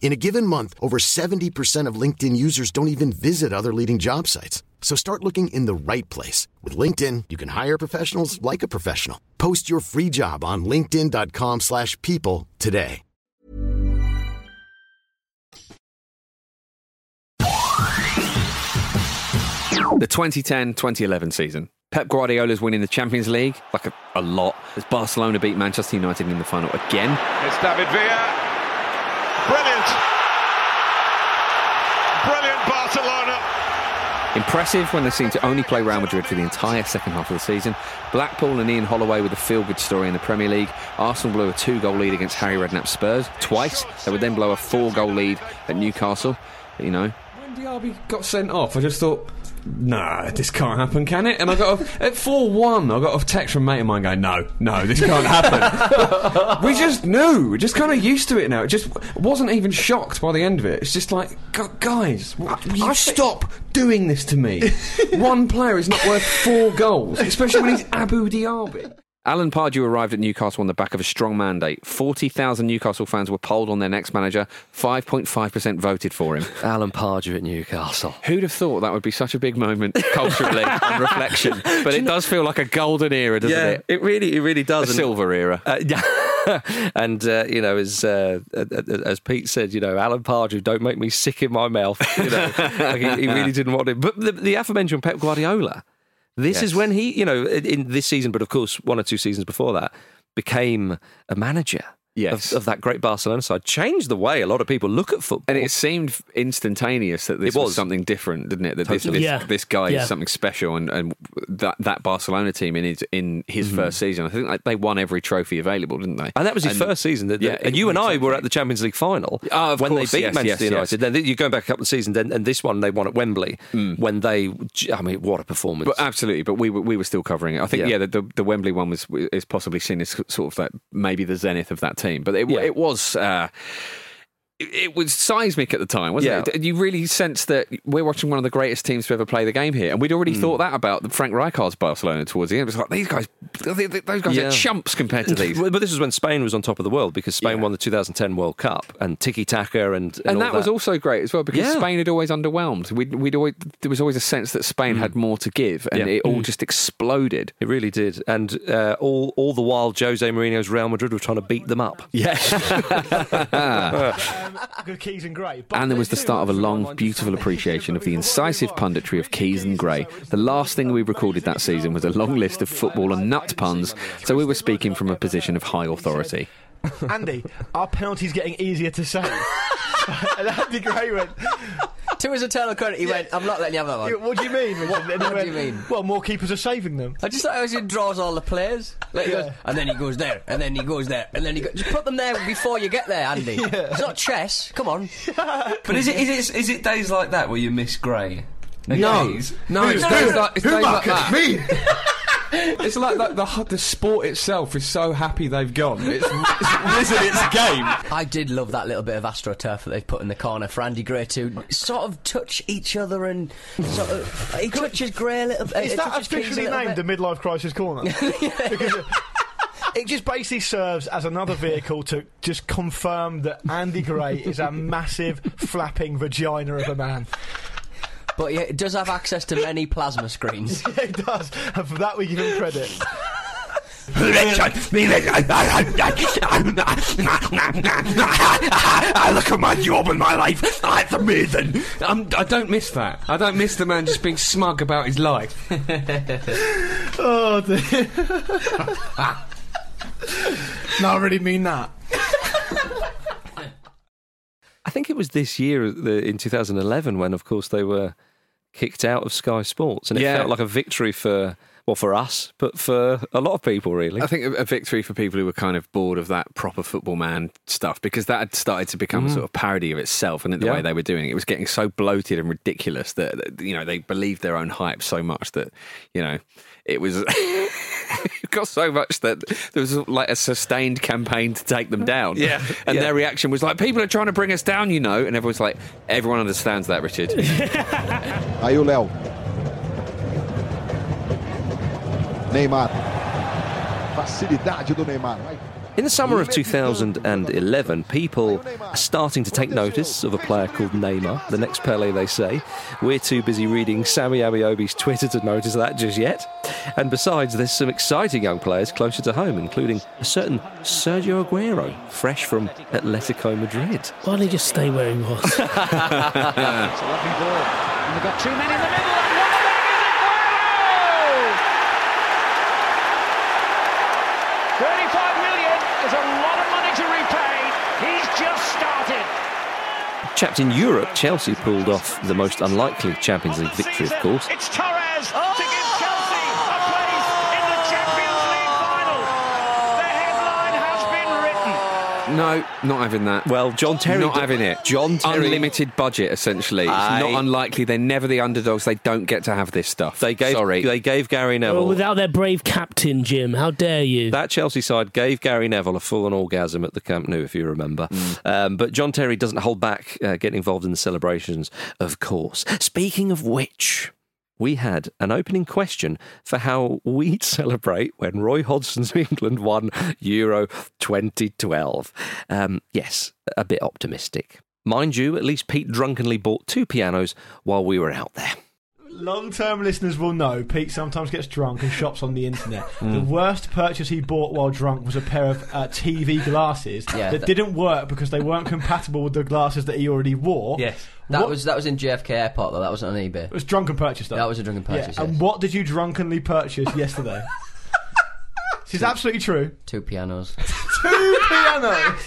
[SPEAKER 18] In a given month, over 70% of LinkedIn users don't even visit other leading job sites. So start looking in the right place. With LinkedIn, you can hire professionals like a professional. Post your free job on linkedin.com/people slash people today.
[SPEAKER 9] The 2010-2011 season. Pep Guardiola's winning the Champions League like a, a lot. As Barcelona beat Manchester United in the final again.
[SPEAKER 19] It's David Villa. Brilliant. Brilliant Barcelona.
[SPEAKER 9] Impressive when they seem to only play Real Madrid for the entire second half of the season. Blackpool and Ian Holloway with a feel good story in the Premier League. Arsenal blew a two goal lead against Harry Redknapp Spurs twice. They would then blow a four goal lead at Newcastle. You know,
[SPEAKER 4] When Diaby got sent off, I just thought, nah, this can't happen, can it? And I got a, at four one. I got a text from a mate of mine going, no, no, this can't happen. we just knew. We're just kind of used to it now. It just wasn't even shocked by the end of it. It's just like, "Gu- guys, w- will you stop doing this to me. One player is not worth four goals, especially when he's Abu Diaby.
[SPEAKER 9] Alan Pardew arrived at Newcastle on the back of a strong mandate. 40,000 Newcastle fans were polled on their next manager. 5.5% voted for him.
[SPEAKER 3] Alan Pardew at Newcastle.
[SPEAKER 9] Who'd have thought that would be such a big moment culturally on reflection? But it does feel like a golden era, doesn't
[SPEAKER 3] yeah,
[SPEAKER 9] it?
[SPEAKER 3] really, it really does.
[SPEAKER 9] A
[SPEAKER 3] And-
[SPEAKER 9] silver era.
[SPEAKER 3] Uh, yeah. and uh, you know, as uh, as Pete said, you know, Alan Pardew, don't make me sick in my mouth. You know, like he, he really didn't want him. But the, the aforementioned Pep Guardiola, this is
[SPEAKER 9] Yes.
[SPEAKER 3] when he, you know, in in this season, but of course, one or two seasons before that, became a manager.
[SPEAKER 9] Yes.
[SPEAKER 3] Of, of that great Barcelona side, changed the way a lot of people look at football.
[SPEAKER 9] And it seemed instantaneous that this
[SPEAKER 3] It
[SPEAKER 9] was.
[SPEAKER 3] was.
[SPEAKER 9] something different, didn't it? That this,
[SPEAKER 3] Totally.
[SPEAKER 9] this,
[SPEAKER 3] Yeah.
[SPEAKER 9] this guy
[SPEAKER 3] Yeah.
[SPEAKER 9] is something special, and, and that that Barcelona team in his in his
[SPEAKER 3] Mhm.
[SPEAKER 9] first season, I think like, they won every trophy available, didn't they?
[SPEAKER 3] And that was his first season. That,
[SPEAKER 9] yeah,
[SPEAKER 3] and you and I were at the Champions League final
[SPEAKER 9] Oh, of
[SPEAKER 3] when
[SPEAKER 9] course,
[SPEAKER 3] they beat
[SPEAKER 9] yes,
[SPEAKER 3] Manchester
[SPEAKER 9] yes, Hmm.
[SPEAKER 3] United. Then you're going back a couple of seasons, and, and this one they won at Wembley when they. I mean, what a performance!
[SPEAKER 9] But absolutely, but we were, we were still covering it. I think
[SPEAKER 3] Yeah.
[SPEAKER 9] yeah, the, the the Wembley one was is possibly seen as sort of like maybe the zenith of that team, but it it was. Uh, it- it was seismic at the time, wasn't
[SPEAKER 3] Yeah.
[SPEAKER 9] it? You really sensed that we're watching one of the greatest teams to ever play the game here, and we'd
[SPEAKER 3] Mm.
[SPEAKER 9] already thought that about the Frank Rijkaard's Barcelona towards the end. It was like these guys, they- they- those guys
[SPEAKER 3] Yeah.
[SPEAKER 9] are chumps compared to these.
[SPEAKER 3] Well, But this was when Spain was on top of the world because Spain won the 2010 World Cup and tiki taka and, and,
[SPEAKER 9] and
[SPEAKER 3] all
[SPEAKER 9] that, was also great as well because
[SPEAKER 3] Yeah.
[SPEAKER 9] Spain had always underwhelmed. We'd, we'd always there was always a sense that Spain had more to give, and
[SPEAKER 3] Hmm. Yeah.
[SPEAKER 9] it all
[SPEAKER 3] Mm.
[SPEAKER 9] just exploded.
[SPEAKER 3] It really did, and uh, all all the while Jose Mourinho's Real Madrid were trying to beat them up. Yeah.
[SPEAKER 6] Good keys and great.
[SPEAKER 9] And there was the start of a long, beautiful appreciation of the incisive punditry of Keys and Gray. The last thing we recorded that season was a long list of football and nut puns, so we were speaking from a position of high authority.
[SPEAKER 6] Andy, our penalty's getting easier to save. and Andy Gray went.
[SPEAKER 12] To his eternal credit, he went, I'm not letting you have that one.
[SPEAKER 6] "Yeah, What do you mean? Richard?" And he
[SPEAKER 12] what do
[SPEAKER 6] went,
[SPEAKER 12] you mean?
[SPEAKER 6] Well, more keepers are saving them.
[SPEAKER 12] I just like how he draws all the players. Like, he goes, and then he goes there, and then he goes there, and then he goes. Just put them there before you get there, Andy. It's not chess. Come on.
[SPEAKER 20] But is it, is it is it days like that where you miss Gray?
[SPEAKER 4] No.
[SPEAKER 20] Days?
[SPEAKER 4] No, it's days like, it's days like that.
[SPEAKER 20] Me?
[SPEAKER 4] it's like that, the the sport itself is so happy they've gone. It's, it's risen its game.
[SPEAKER 12] I did love that little bit of astroturf that they've put in the corner for Andy Gray to sort of touch each other and sort of he touches Gray a little bit.
[SPEAKER 6] Is
[SPEAKER 12] he
[SPEAKER 6] that
[SPEAKER 12] touches Keane a
[SPEAKER 6] officially
[SPEAKER 12] little
[SPEAKER 6] named
[SPEAKER 12] bit.
[SPEAKER 6] the midlife crisis corner? because it, it just basically serves as another vehicle to just confirm that Andy Gray is a massive flapping vagina of a man.
[SPEAKER 12] But yeah, it does have access to many plasma screens.
[SPEAKER 6] Yeah, it does. And for that, we give him credit.
[SPEAKER 4] I look at my job and my life. That's amazing. I'm, Um, I don't miss that. I don't miss the man just being smug about his life.
[SPEAKER 6] Oh, dear. no, I really mean that.
[SPEAKER 3] I think it was this year uh, the, in 2011 when, of course, they were kicked out of Sky Sports, and it
[SPEAKER 9] Yeah.
[SPEAKER 3] felt like a victory for well for us, but for a lot of people really.
[SPEAKER 9] I think a- a victory for people who were kind of bored of that proper football man stuff because that had started to become a
[SPEAKER 3] Mhm.
[SPEAKER 9] sort of parody of itself and the
[SPEAKER 3] Yeah.
[SPEAKER 9] way they were doing it. It was getting so bloated and ridiculous that, that, you know, they believed their own hype so much that, you know, it was. it got so much that there was like a sustained campaign to take them down.
[SPEAKER 3] Yeah.
[SPEAKER 9] And
[SPEAKER 3] Yeah.
[SPEAKER 9] their reaction was like, people are trying to bring us down, you know. And everyone's like, everyone understands that, Richard.
[SPEAKER 21] Aí o Léo. Neymar. Facilidade do Neymar. Vai
[SPEAKER 3] In the summer of 2011, people are starting to take notice of a player called Neymar, the next Pele, they say. We're too busy reading Sammy Amiobi's Twitter to notice that just yet. And besides, there's some exciting young players closer to home, including a certain Sergio Aguero, fresh from Atletico Madrid.
[SPEAKER 8] Why don't he just stay where he was?
[SPEAKER 3] That's
[SPEAKER 7] Lovely ball. And they've got two men in the middle.
[SPEAKER 10] Thirty-five million is a lot of money to repay. He's just started.
[SPEAKER 3] Chapped in Europe, Chelsea pulled off the most unlikely Champions League victory, of course.
[SPEAKER 10] It's Torres to give Chelsea a place in the Champions League final. The headline has been written.
[SPEAKER 9] No, not having that.
[SPEAKER 3] Well, John Terry.
[SPEAKER 9] Not having it.
[SPEAKER 3] John Terry-
[SPEAKER 9] Unlimited budget, essentially.
[SPEAKER 3] Aye.
[SPEAKER 9] It's not unlikely. They're never the underdogs. They don't get to have this stuff. They
[SPEAKER 3] gave-
[SPEAKER 9] Sorry.
[SPEAKER 3] They gave Gary
[SPEAKER 8] Well,
[SPEAKER 3] Neville
[SPEAKER 8] without their brave captain, Jim, how dare you?
[SPEAKER 3] That Chelsea side gave Gary Neville a full on orgasm at the Camp Nou, if you remember. Um, but John Terry doesn't hold back uh, getting involved in the celebrations, of course. Speaking of which, we had an opening question for how we'd celebrate when Roy Hodgson's England won Euro 2012. Um, yes, a bit optimistic. Mind you, at least Pete drunkenly bought two pianos while we were out there.
[SPEAKER 6] Long term listeners will know Pete sometimes gets drunk and shops on the internet. The worst purchase he bought while drunk was a pair of uh, TV glasses
[SPEAKER 12] Yeah,
[SPEAKER 6] that,
[SPEAKER 12] that-
[SPEAKER 6] didn't work because they weren't compatible with the glasses that he already wore.
[SPEAKER 12] Yes. That
[SPEAKER 6] What-
[SPEAKER 12] was that was in JFK Airport though. That wasn't on eBay. It
[SPEAKER 6] was drunken purchase though.
[SPEAKER 12] That was a drunken
[SPEAKER 6] Yeah,
[SPEAKER 12] purchase.
[SPEAKER 6] And
[SPEAKER 12] yes.
[SPEAKER 6] what did you drunkenly purchase yesterday? this is absolutely true.
[SPEAKER 12] Two pianos.
[SPEAKER 6] Two pianos.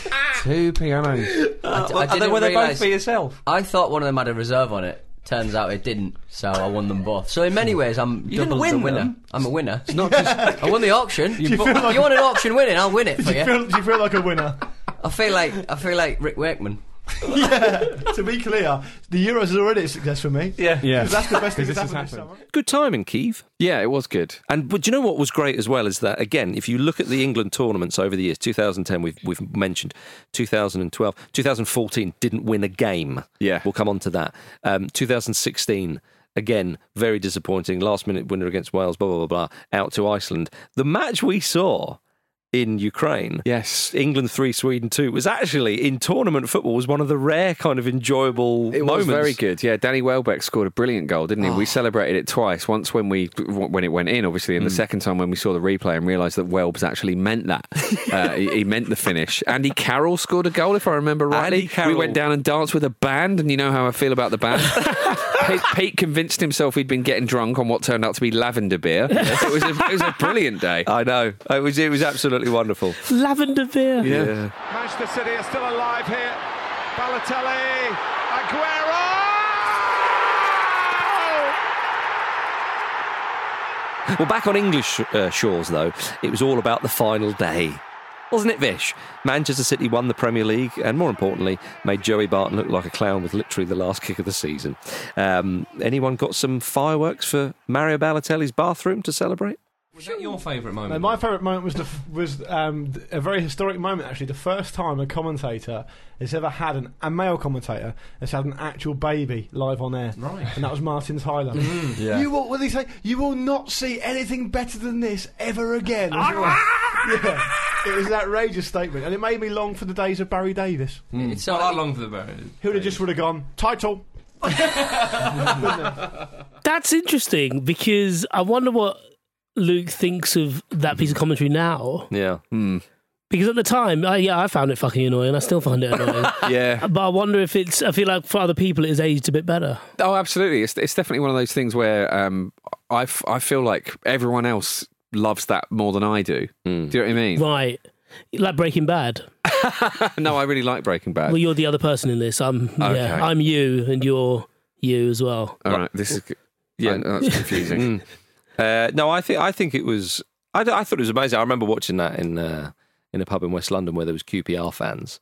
[SPEAKER 4] Two pianos.
[SPEAKER 12] I,
[SPEAKER 6] well,
[SPEAKER 12] didn't
[SPEAKER 6] were they both
[SPEAKER 12] realise-
[SPEAKER 6] for yourself?
[SPEAKER 12] I thought one of them had a reserve on it. Turns out it didn't, so I won them both. So in many ways, I'm
[SPEAKER 6] You didn't
[SPEAKER 12] double
[SPEAKER 6] win
[SPEAKER 12] the winner.
[SPEAKER 6] them.
[SPEAKER 12] I'm a winner. It's not just I won the auction.
[SPEAKER 6] you
[SPEAKER 12] You,
[SPEAKER 6] feel like-
[SPEAKER 12] you want an auction winning? I'll win it
[SPEAKER 6] Do
[SPEAKER 12] for
[SPEAKER 6] you,
[SPEAKER 12] you.
[SPEAKER 6] feel, do you feel like a winner?
[SPEAKER 12] I feel like I feel like Rick Wakeman.
[SPEAKER 6] to be clear, the Euros is already a success for me. Yeah,
[SPEAKER 3] Yeah.
[SPEAKER 6] That's the best thing
[SPEAKER 3] 'Cause
[SPEAKER 6] that's
[SPEAKER 3] this has
[SPEAKER 6] happened this summer.
[SPEAKER 3] Good timing, Keeve.
[SPEAKER 9] Yeah, it was good.
[SPEAKER 3] And but do you know what was great as well is that again, if you look at the England tournaments over the years, 2010 we've we've mentioned, 2012, 2014 didn't win a game.
[SPEAKER 9] Yeah,
[SPEAKER 3] we'll come on to that. Um, 2016 again very disappointing, last minute winner against Wales, blah blah blah blah, out to Iceland. The match we saw in Ukraine,
[SPEAKER 9] yes,
[SPEAKER 3] England three, Sweden two, was actually in tournament football was one of the rare kind of enjoyable
[SPEAKER 9] It
[SPEAKER 3] moments. Oh.
[SPEAKER 9] was very good. Yeah, Danny Welbeck scored a brilliant goal, didn't he? We celebrated it twice. Once when we when it went in, obviously, and
[SPEAKER 3] Hmm.
[SPEAKER 9] the second time when we saw the replay and realised that Welbs actually meant that. uh, he, he meant the finish. Andy Carroll scored a goal, if I remember rightly. We went down and danced with a band, and you know how I feel about the band. Pete, Pete convinced himself he'd been getting drunk on what turned out to be lavender beer. It was a, it was a brilliant day.
[SPEAKER 3] I know. It was it was absolutely wonderful.
[SPEAKER 8] Lavender beer.
[SPEAKER 9] yeah.
[SPEAKER 19] Manchester City are still alive here. Balotelli, Aguero!
[SPEAKER 3] Well, back on English uh, shores, though, it was all about the final day. Wasn't it, Vish? Manchester City won the Premier League and, more importantly, made Joey Barton look like a clown with literally the last kick of the season. Um, anyone got some fireworks for Mario Balotelli's bathroom to celebrate?
[SPEAKER 6] Was
[SPEAKER 3] that your favourite moment?
[SPEAKER 6] No, my favourite moment was the f- was um, th- a very historic moment actually. The first time a commentator has ever had an, a male commentator has had an actual baby live on air, right? And that was Martin Tyler.
[SPEAKER 4] Mm. Yeah.
[SPEAKER 6] You will, what did he say? You will not see anything better than this ever again. was it? yeah. It was an outrageous statement, and it made me long for the days of Barry Davis.
[SPEAKER 4] Hmm.
[SPEAKER 12] It's not that
[SPEAKER 20] long for the Barons.
[SPEAKER 6] Who would have just would have gone title?
[SPEAKER 8] That's interesting because I wonder what Luke thinks of that piece of commentary now.
[SPEAKER 3] Yeah.
[SPEAKER 8] Because at the time, I, yeah, I found it fucking annoying. I still find it annoying.
[SPEAKER 9] Yeah.
[SPEAKER 8] But I wonder if it's. I feel like for other people, it's aged a bit better.
[SPEAKER 9] Oh, absolutely. It's, it's definitely one of those things where um, I, f- I feel like everyone else loves that more than I do.
[SPEAKER 3] Hmm.
[SPEAKER 9] Do you know what I mean?
[SPEAKER 8] Right. Like Breaking Bad.
[SPEAKER 9] no, I really like Breaking Bad.
[SPEAKER 8] Well, you're the other person in this. I'm.
[SPEAKER 9] Uh, Okay.
[SPEAKER 8] Yeah. I'm you, and you're you as well.
[SPEAKER 9] All right, this is g- yeah, no, that's confusing.
[SPEAKER 3] Uh, no, I think I think it was. I, I thought it was amazing. I remember watching that in uh, in a pub in West London where there was QPR fans,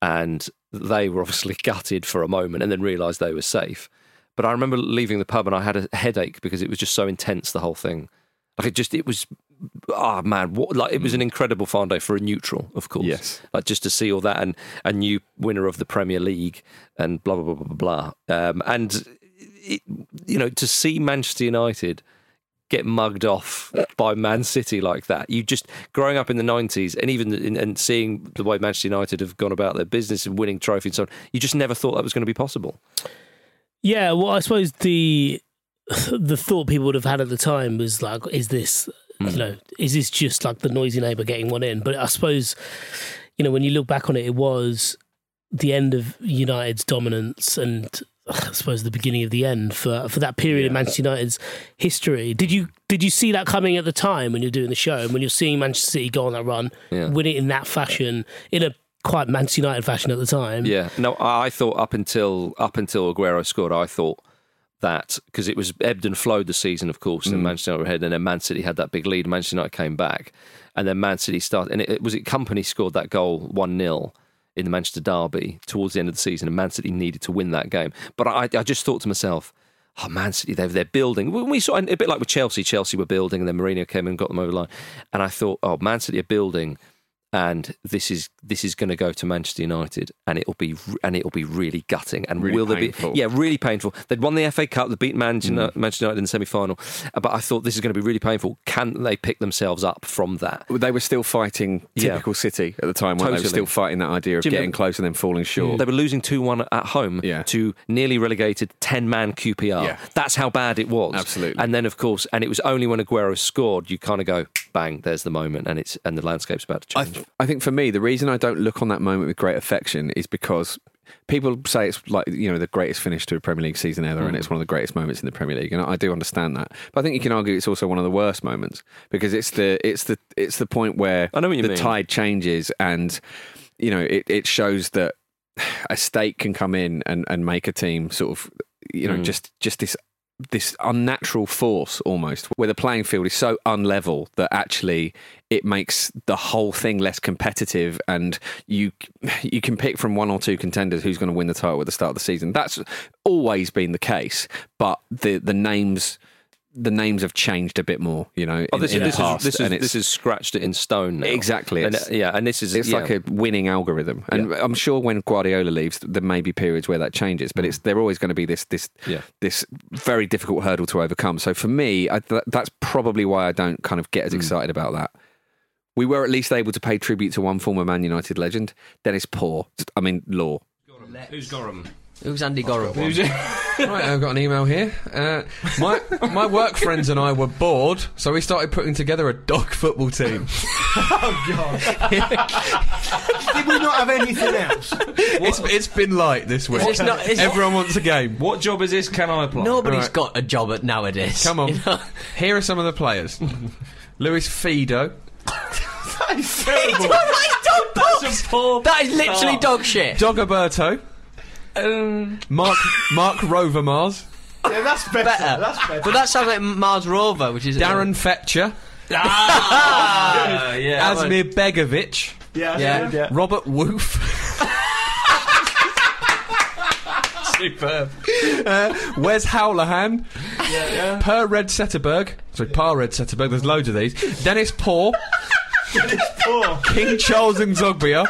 [SPEAKER 3] and they were obviously gutted for a moment, and then realised they were safe. But I remember leaving the pub and I had a headache because it was just so intense. The whole thing, like it just it was. Ah man, what like it was
[SPEAKER 9] Mm.
[SPEAKER 3] an incredible fine day for a neutral, of course. Yes, like just to see all that and a new winner of the Premier League and blah blah blah blah blah. Um, and it, you know to see Manchester United get mugged off by Man City like that. You just growing up in the nineties and even in, and seeing the way Manchester United have gone about their business and winning trophies and so on, you just never thought that was going to be possible.
[SPEAKER 8] Yeah, well, I suppose the the thought people would have had at the time was like, is this
[SPEAKER 3] Hmm.
[SPEAKER 8] you know, is this just like the noisy neighbour getting one in? But I suppose you know when you look back on it, it was the end of United's dominance and I suppose the beginning of the end for for that period in Manchester United's history. Did you did you see that coming at the time when you're doing the show and when you're seeing Manchester City go on that run,
[SPEAKER 3] Yeah.
[SPEAKER 8] win it in that fashion in a quite Manchester United fashion at the time?
[SPEAKER 3] Yeah. No, I I thought up until up until Aguero scored, I thought that because it was ebbed and flowed the season, of course, and
[SPEAKER 9] Mm.
[SPEAKER 3] Manchester United were ahead, and then Man City had that big lead. Manchester United came back, and then Man City started. And it, it was it Company scored that goal one 0 in the Manchester derby towards the end of the season, and Man City needed to win that game. But I, I just thought to myself. Oh, Man City, they're, they're building. When we saw, and a bit like with Chelsea, Chelsea were building, and then Mourinho came in and got them over the line. And I thought, oh, Man City are building and this is this is going to go to Manchester United, and it'll be and it'll be really gutting, and
[SPEAKER 9] Really
[SPEAKER 3] will there
[SPEAKER 9] painful. Mm.
[SPEAKER 3] be yeah, really painful. They'd won the FA Cup, they beat Manchester, Manchester United in the semi final, but I thought this is going to be really painful. Can they pick themselves up from that?
[SPEAKER 9] They were still fighting typical City at the time. Weren't they? They were
[SPEAKER 3] Totally.
[SPEAKER 9] still fighting that idea of
[SPEAKER 3] Do you
[SPEAKER 9] getting
[SPEAKER 3] remember-
[SPEAKER 9] close and then falling short.
[SPEAKER 3] They were losing 2 1 at home to nearly relegated 10 man QPR.
[SPEAKER 9] Yeah.
[SPEAKER 3] That's how bad it was.
[SPEAKER 9] Absolutely.
[SPEAKER 3] And then, of course, and it was only when Aguero scored, you kind of go, bang, there's the moment, and it's and the landscape's about to
[SPEAKER 9] I,
[SPEAKER 3] change.
[SPEAKER 9] th- I think for me, the reason I don't look on that moment with great affection is because people say it's like you know the greatest finish to a Premier League season ever, and
[SPEAKER 3] Mm.
[SPEAKER 9] it's one of the greatest moments in the Premier League, and I do understand that. But I think you can argue it's also one of the worst moments because it's the it's the it's the point where I know
[SPEAKER 3] what you
[SPEAKER 9] the
[SPEAKER 3] mean.
[SPEAKER 9] tide changes, and you know it, it shows that a stake can come in and, and make a team sort of you know
[SPEAKER 3] Mm.
[SPEAKER 9] just just this this unnatural force almost where the playing field is so unlevel that actually it makes the whole thing less competitive and you you can pick from one or two contenders who's going to win the title at the start of the season that's always been the case but the the names the names have changed a bit more you know
[SPEAKER 3] Oh,
[SPEAKER 9] in-
[SPEAKER 3] this,
[SPEAKER 9] in
[SPEAKER 3] is,
[SPEAKER 9] the
[SPEAKER 3] this,
[SPEAKER 9] past,
[SPEAKER 3] is, this,
[SPEAKER 9] and
[SPEAKER 3] is,
[SPEAKER 9] it's-
[SPEAKER 3] this is scratched it in stone now.
[SPEAKER 9] Exactly.
[SPEAKER 3] And,
[SPEAKER 9] It's-
[SPEAKER 3] uh, yeah, and this is
[SPEAKER 9] it's
[SPEAKER 3] yeah.
[SPEAKER 9] like a winning algorithm, and I'm sure when Guardiola leaves, there may be periods where that changes, but it's there always going to be this this
[SPEAKER 3] Yeah.
[SPEAKER 9] this very difficult hurdle to overcome. So for me, I, th- that's probably why I don't kind of get as excited about that. We were at least able to pay tribute to one former Man United legend, Dennis Poor. I mean, Law.
[SPEAKER 20] Who's Gorham?
[SPEAKER 12] Who's Andy Gorham?
[SPEAKER 4] right, I've got an email here. Uh, my my work friends and I were bored, so we started putting together a dog football team.
[SPEAKER 6] Did we not have anything else?
[SPEAKER 4] it's, it's been light this week.
[SPEAKER 12] It's not- it's-
[SPEAKER 4] Everyone wants a game.
[SPEAKER 20] What job is this? Can I apply?
[SPEAKER 4] Nobody's
[SPEAKER 12] Nobody's got a job at nowadays.
[SPEAKER 4] Come on. Here are some of the players: Luis Fido.
[SPEAKER 12] that is terrible. dog That's That is literally
[SPEAKER 4] start.
[SPEAKER 12] dog shit.
[SPEAKER 4] Dogoberto.
[SPEAKER 12] Um,
[SPEAKER 4] Mark Mark Rover Mars.
[SPEAKER 6] Yeah, that's better.
[SPEAKER 12] better.
[SPEAKER 6] That's better.
[SPEAKER 12] But that sounds like Mars Rover, which is
[SPEAKER 4] Darren Fetcher.
[SPEAKER 12] Ah, yeah.
[SPEAKER 4] Asmir Begovic.
[SPEAKER 6] Yeah, yeah. yeah.
[SPEAKER 4] Robert Woof. Superb. Uh, Wes Howlahan.
[SPEAKER 6] yeah, yeah.
[SPEAKER 4] Per Red Setterberg. Sorry, Par Red Setterberg. There's loads of these. Dennis Poor.
[SPEAKER 6] Poor.
[SPEAKER 4] King Charles Nzogbia,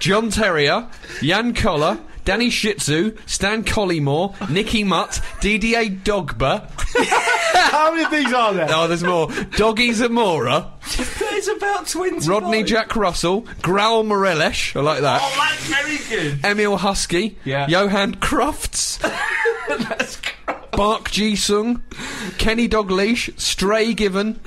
[SPEAKER 4] John Terrier, Jan Collar, Danny Shitzu, Stan Collymore, Nicky Mutt, Didier Dogba.
[SPEAKER 6] How many things are there?
[SPEAKER 4] Oh, there's more. Doggy Zamora,
[SPEAKER 20] There's about 20.
[SPEAKER 4] Rodney Jack Russell, Growl Morelish. Oh, I like that.
[SPEAKER 6] Oh,
[SPEAKER 20] that's very good.
[SPEAKER 4] Emil Husky,
[SPEAKER 20] Yeah.
[SPEAKER 4] Johan Crofts, Bark Ji Sung, Kenny Dogleash, Stray Given,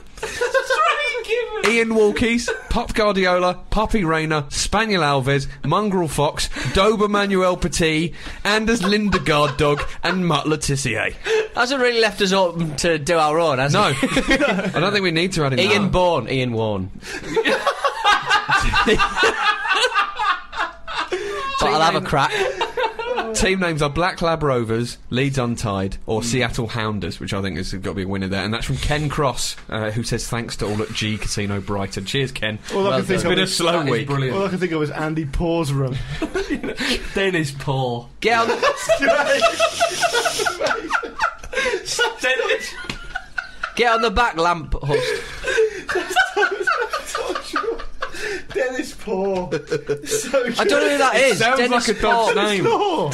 [SPEAKER 4] Ian Walkies, Pop Guardiola, Poppy Rayner, Spaniel Alves, Mongrel Fox, Dober Manuel Petit, Anders Lindegaard Dog, and Mutt Letitia.
[SPEAKER 12] Hasn't really left us open to do our own, has
[SPEAKER 4] No,
[SPEAKER 12] it?
[SPEAKER 4] I don't think we need to add in
[SPEAKER 12] Ian
[SPEAKER 4] that.
[SPEAKER 12] Bourne. Ian Warne. but I'll have a crack.
[SPEAKER 4] Team names are Black Lab Rovers, Leeds Untied, or Seattle Hounders, which I think has got to be a winner there. And that's from Ken Cross, uh, who says thanks to all at G Casino Brighton. Cheers, Ken.
[SPEAKER 6] All I
[SPEAKER 4] Well
[SPEAKER 6] can think
[SPEAKER 4] done.
[SPEAKER 6] of
[SPEAKER 4] It's been a
[SPEAKER 6] is-
[SPEAKER 4] slow
[SPEAKER 6] that is
[SPEAKER 4] week.
[SPEAKER 6] brilliant. All I can think of is Andy Paw's room.
[SPEAKER 20] Dennis Paul.
[SPEAKER 12] Get on.
[SPEAKER 20] Dennis.
[SPEAKER 12] Get on the back lamp host.
[SPEAKER 6] Dennis Paw. So
[SPEAKER 12] I don't know who that
[SPEAKER 4] It
[SPEAKER 12] is.
[SPEAKER 4] sounds
[SPEAKER 12] Dennis
[SPEAKER 4] like a dog's
[SPEAKER 12] Paul.
[SPEAKER 4] name.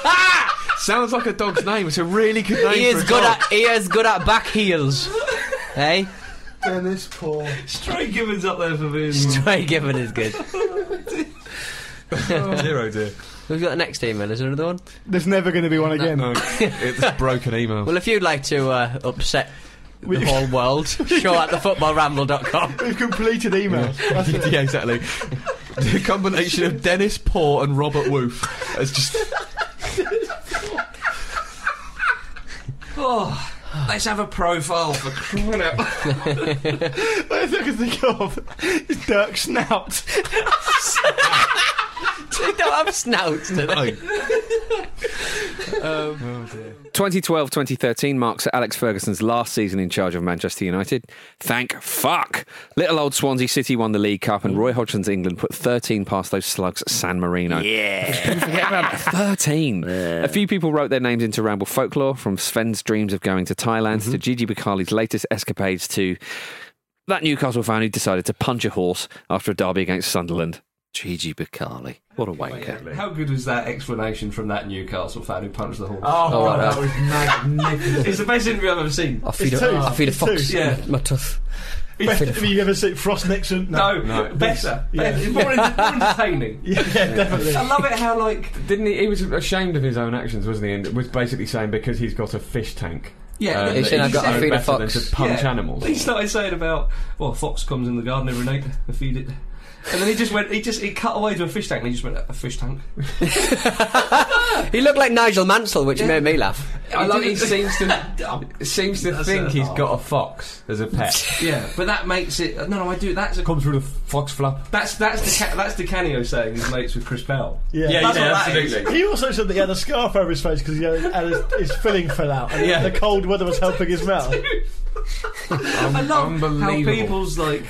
[SPEAKER 4] Sounds like a dog's name. It's a really good name.
[SPEAKER 12] he
[SPEAKER 4] for
[SPEAKER 12] is
[SPEAKER 4] a
[SPEAKER 12] good
[SPEAKER 4] dog.
[SPEAKER 12] at he is good at back heels. hey,
[SPEAKER 6] Dennis Paw.
[SPEAKER 20] Straight Gibbons up there for me.
[SPEAKER 6] Mm.
[SPEAKER 12] straight given is good.
[SPEAKER 4] Zero dear.
[SPEAKER 12] We've got the next email. Is there another one?
[SPEAKER 6] There's never going to be one again.
[SPEAKER 4] No, it's broken email.
[SPEAKER 12] Well, if you'd like to uh, upset the whole world, show at thefootballramble.com.
[SPEAKER 6] We've completed email. That's it.
[SPEAKER 4] yeah, exactly. The combination of Dennis Poor and Robert Woof has just.
[SPEAKER 20] Oh, let's have a profile for crying out loud.
[SPEAKER 6] That's all I can think of is Dirk Snout.
[SPEAKER 12] they don't have snouts, do they? Um,
[SPEAKER 20] oh,
[SPEAKER 9] 2012 2013 marks Alex Ferguson's last season in charge of Manchester United. Thank fuck! Little old Swansea City won the League Cup, and Roy Hodgson's England put 13 past those slugs at San Marino. Yeah! forget about that. 13. A few people wrote their names into Ramble
[SPEAKER 3] Mm-hmm.
[SPEAKER 9] Folklore, from Sven's dreams of going to Thailand to Gigi Bacali's latest escapades to That Newcastle fan who decided to punch a horse after a derby against Sunderland.
[SPEAKER 3] Gigi Bacali. What a wanker.
[SPEAKER 20] How good was that explanation from that Newcastle fan who punched the horse?
[SPEAKER 3] Oh, right, that was
[SPEAKER 20] magnificent. it's the best interview I've ever seen.
[SPEAKER 3] I feed, a, I feed a fox
[SPEAKER 20] Yeah.
[SPEAKER 3] my tooth.
[SPEAKER 6] Best, have you ever seen Frost Nixon?
[SPEAKER 20] No, better.
[SPEAKER 6] Yeah.
[SPEAKER 20] Better. It's more, en- more entertaining.
[SPEAKER 6] Yeah, definitely.
[SPEAKER 20] I love it how, like,
[SPEAKER 4] Didn't he? He was ashamed of his own actions, wasn't he? And was basically saying because he's got a fish tank.
[SPEAKER 20] Yeah,
[SPEAKER 4] uh,
[SPEAKER 20] he
[SPEAKER 4] that
[SPEAKER 20] said, "I've
[SPEAKER 4] he's
[SPEAKER 20] got to
[SPEAKER 4] no
[SPEAKER 20] feed a
[SPEAKER 4] better than
[SPEAKER 20] fox."
[SPEAKER 4] to punch
[SPEAKER 20] Yeah.
[SPEAKER 4] animals.
[SPEAKER 20] He started saying about, well, a fox comes in the garden every night, I feed it. And then he just went, he just, he cut away to a fish tank and he just went, a fish tank.
[SPEAKER 12] He looked like Nigel Mansell, which made me laugh.
[SPEAKER 20] I love
[SPEAKER 4] he
[SPEAKER 20] it.
[SPEAKER 4] seems to seems to
[SPEAKER 20] That's
[SPEAKER 4] think
[SPEAKER 20] a-
[SPEAKER 4] he's got a fox as a pet.
[SPEAKER 20] Yeah, but that makes it, no, no, I do, that's a,
[SPEAKER 4] Comes through the fox flap.
[SPEAKER 20] that's, that's the, Ca- that's the Canio saying his mates with Chris Bell. that's what that is.
[SPEAKER 6] He also said that he had a scarf over his face because he had, had his, his filling fell out, and
[SPEAKER 20] Yeah.
[SPEAKER 6] the cold weather was helping his mouth.
[SPEAKER 20] I love how
[SPEAKER 4] unbelievable.
[SPEAKER 20] people's like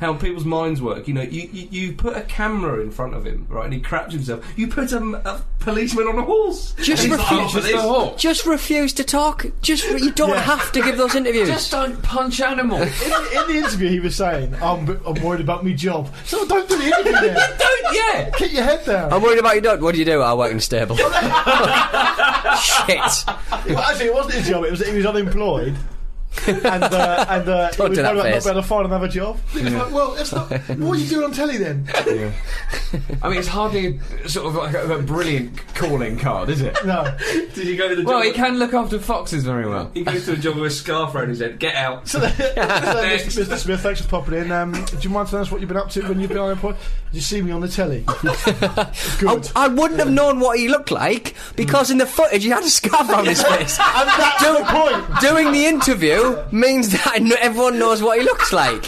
[SPEAKER 20] how people's minds work. You know, you, you you put a camera in front of him, right, and he craps himself. You put a, m- a policeman on a horse.
[SPEAKER 12] Just
[SPEAKER 20] And he's like, "Oh,
[SPEAKER 12] refuse,
[SPEAKER 20] for this."
[SPEAKER 12] just refuse to talk. Just re- you don't
[SPEAKER 6] Yeah.
[SPEAKER 12] have to give those interviews.
[SPEAKER 4] don't punch animals.
[SPEAKER 6] In, in the interview, he was saying, "I'm, I'm worried about my job." So don't do the interview. Then.
[SPEAKER 20] don't, yeah.
[SPEAKER 6] Keep your head down.
[SPEAKER 12] I'm worried about your dog. What do you do? I work in a stable. Shit.
[SPEAKER 6] Well, actually, it wasn't his job. It was that he was unemployed. and uh, and uh, he
[SPEAKER 12] Don't
[SPEAKER 6] was
[SPEAKER 12] do
[SPEAKER 6] worried about
[SPEAKER 12] that
[SPEAKER 6] not
[SPEAKER 12] face.
[SPEAKER 6] being able to find another job. He was like, well, it's not. What are you doing on telly then?
[SPEAKER 4] I mean, it's hardly a, sort of like a, a brilliant calling card, is it?
[SPEAKER 6] No.
[SPEAKER 20] Did you go to the job?
[SPEAKER 4] Well, he can look after foxes very well.
[SPEAKER 20] He goes to a job with a scarf around his head. Get out.
[SPEAKER 6] So, then- so then
[SPEAKER 20] Next.
[SPEAKER 6] Mr. Mr. Smith, thanks for popping in. Um, do you mind telling us what you've been up to when you've been unemployed? You see me on the telly.
[SPEAKER 12] I,
[SPEAKER 6] Good.
[SPEAKER 12] I wouldn't have known what he looked like because in the footage he had a scarf around his face.
[SPEAKER 6] and that's the point.
[SPEAKER 12] Doing the interview means that n- everyone knows what he looks like.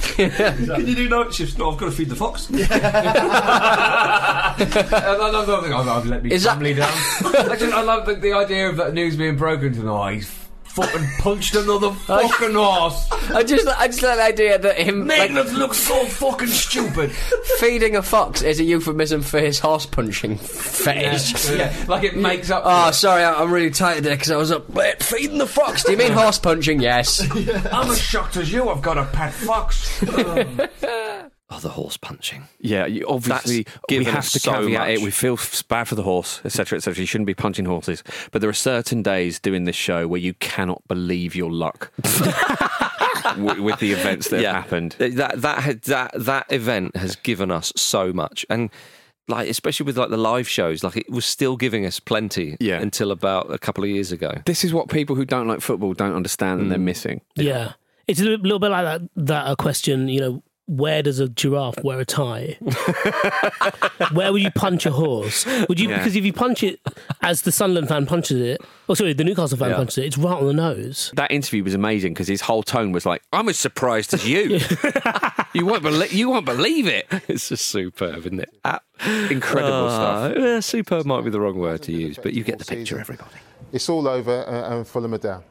[SPEAKER 20] Can you do night shifts? No, I've got to feed the fox.
[SPEAKER 4] Uh, I love, I love, I love let me
[SPEAKER 12] Is that-
[SPEAKER 4] family down. I, just, I love the, the idea of that news being broken tonight. He's fucking punched another fucking horse.
[SPEAKER 12] I just, I just like the idea that him like,
[SPEAKER 4] Making us look so fucking stupid.
[SPEAKER 12] feeding a fox is a euphemism for his horse punching fetish.
[SPEAKER 4] yeah, like it makes up.
[SPEAKER 12] Oh, sorry, I- I'm really tired there because I was up late feeding the fox. Do you mean horse punching? Yes.
[SPEAKER 4] I'm as shocked as you. I've got a pet fox. Um,
[SPEAKER 3] Oh, the horse punching.
[SPEAKER 9] Yeah, you, obviously
[SPEAKER 3] That's
[SPEAKER 9] we
[SPEAKER 3] given
[SPEAKER 9] have
[SPEAKER 3] us
[SPEAKER 9] to
[SPEAKER 3] so
[SPEAKER 9] caveat
[SPEAKER 3] much.
[SPEAKER 9] it. We feel f- bad for the horse, etc., etc. You shouldn't be punching horses, but there are certain days doing this show where you cannot believe your luck with, with the events that have happened.
[SPEAKER 3] Th- That that had- that that event has given us so much, and like especially with like the live shows, like it was still giving us plenty
[SPEAKER 9] Yeah.
[SPEAKER 3] until about a couple of years ago.
[SPEAKER 9] This is what people who don't like football don't understand, and they're missing.
[SPEAKER 8] Yeah. It's a little, little bit like that, that uh, question, you know, where does a giraffe wear a tie? where would you punch a horse? Would you
[SPEAKER 9] Yeah.
[SPEAKER 8] because if you punch it as the Sunderland fan punches it, or sorry, the Newcastle fan
[SPEAKER 9] Yeah.
[SPEAKER 8] punches it, it's right on the nose.
[SPEAKER 9] That interview was amazing because his whole tone was like, "I'm as surprised as you. you won't believe. You won't believe it."
[SPEAKER 3] It's just superb, isn't it? Ah,
[SPEAKER 9] Incredible
[SPEAKER 3] ah,
[SPEAKER 9] stuff.
[SPEAKER 3] yeah, superb might be the wrong word to use, but you get the picture, everybody.
[SPEAKER 21] It's all over uh, and Fulham are down.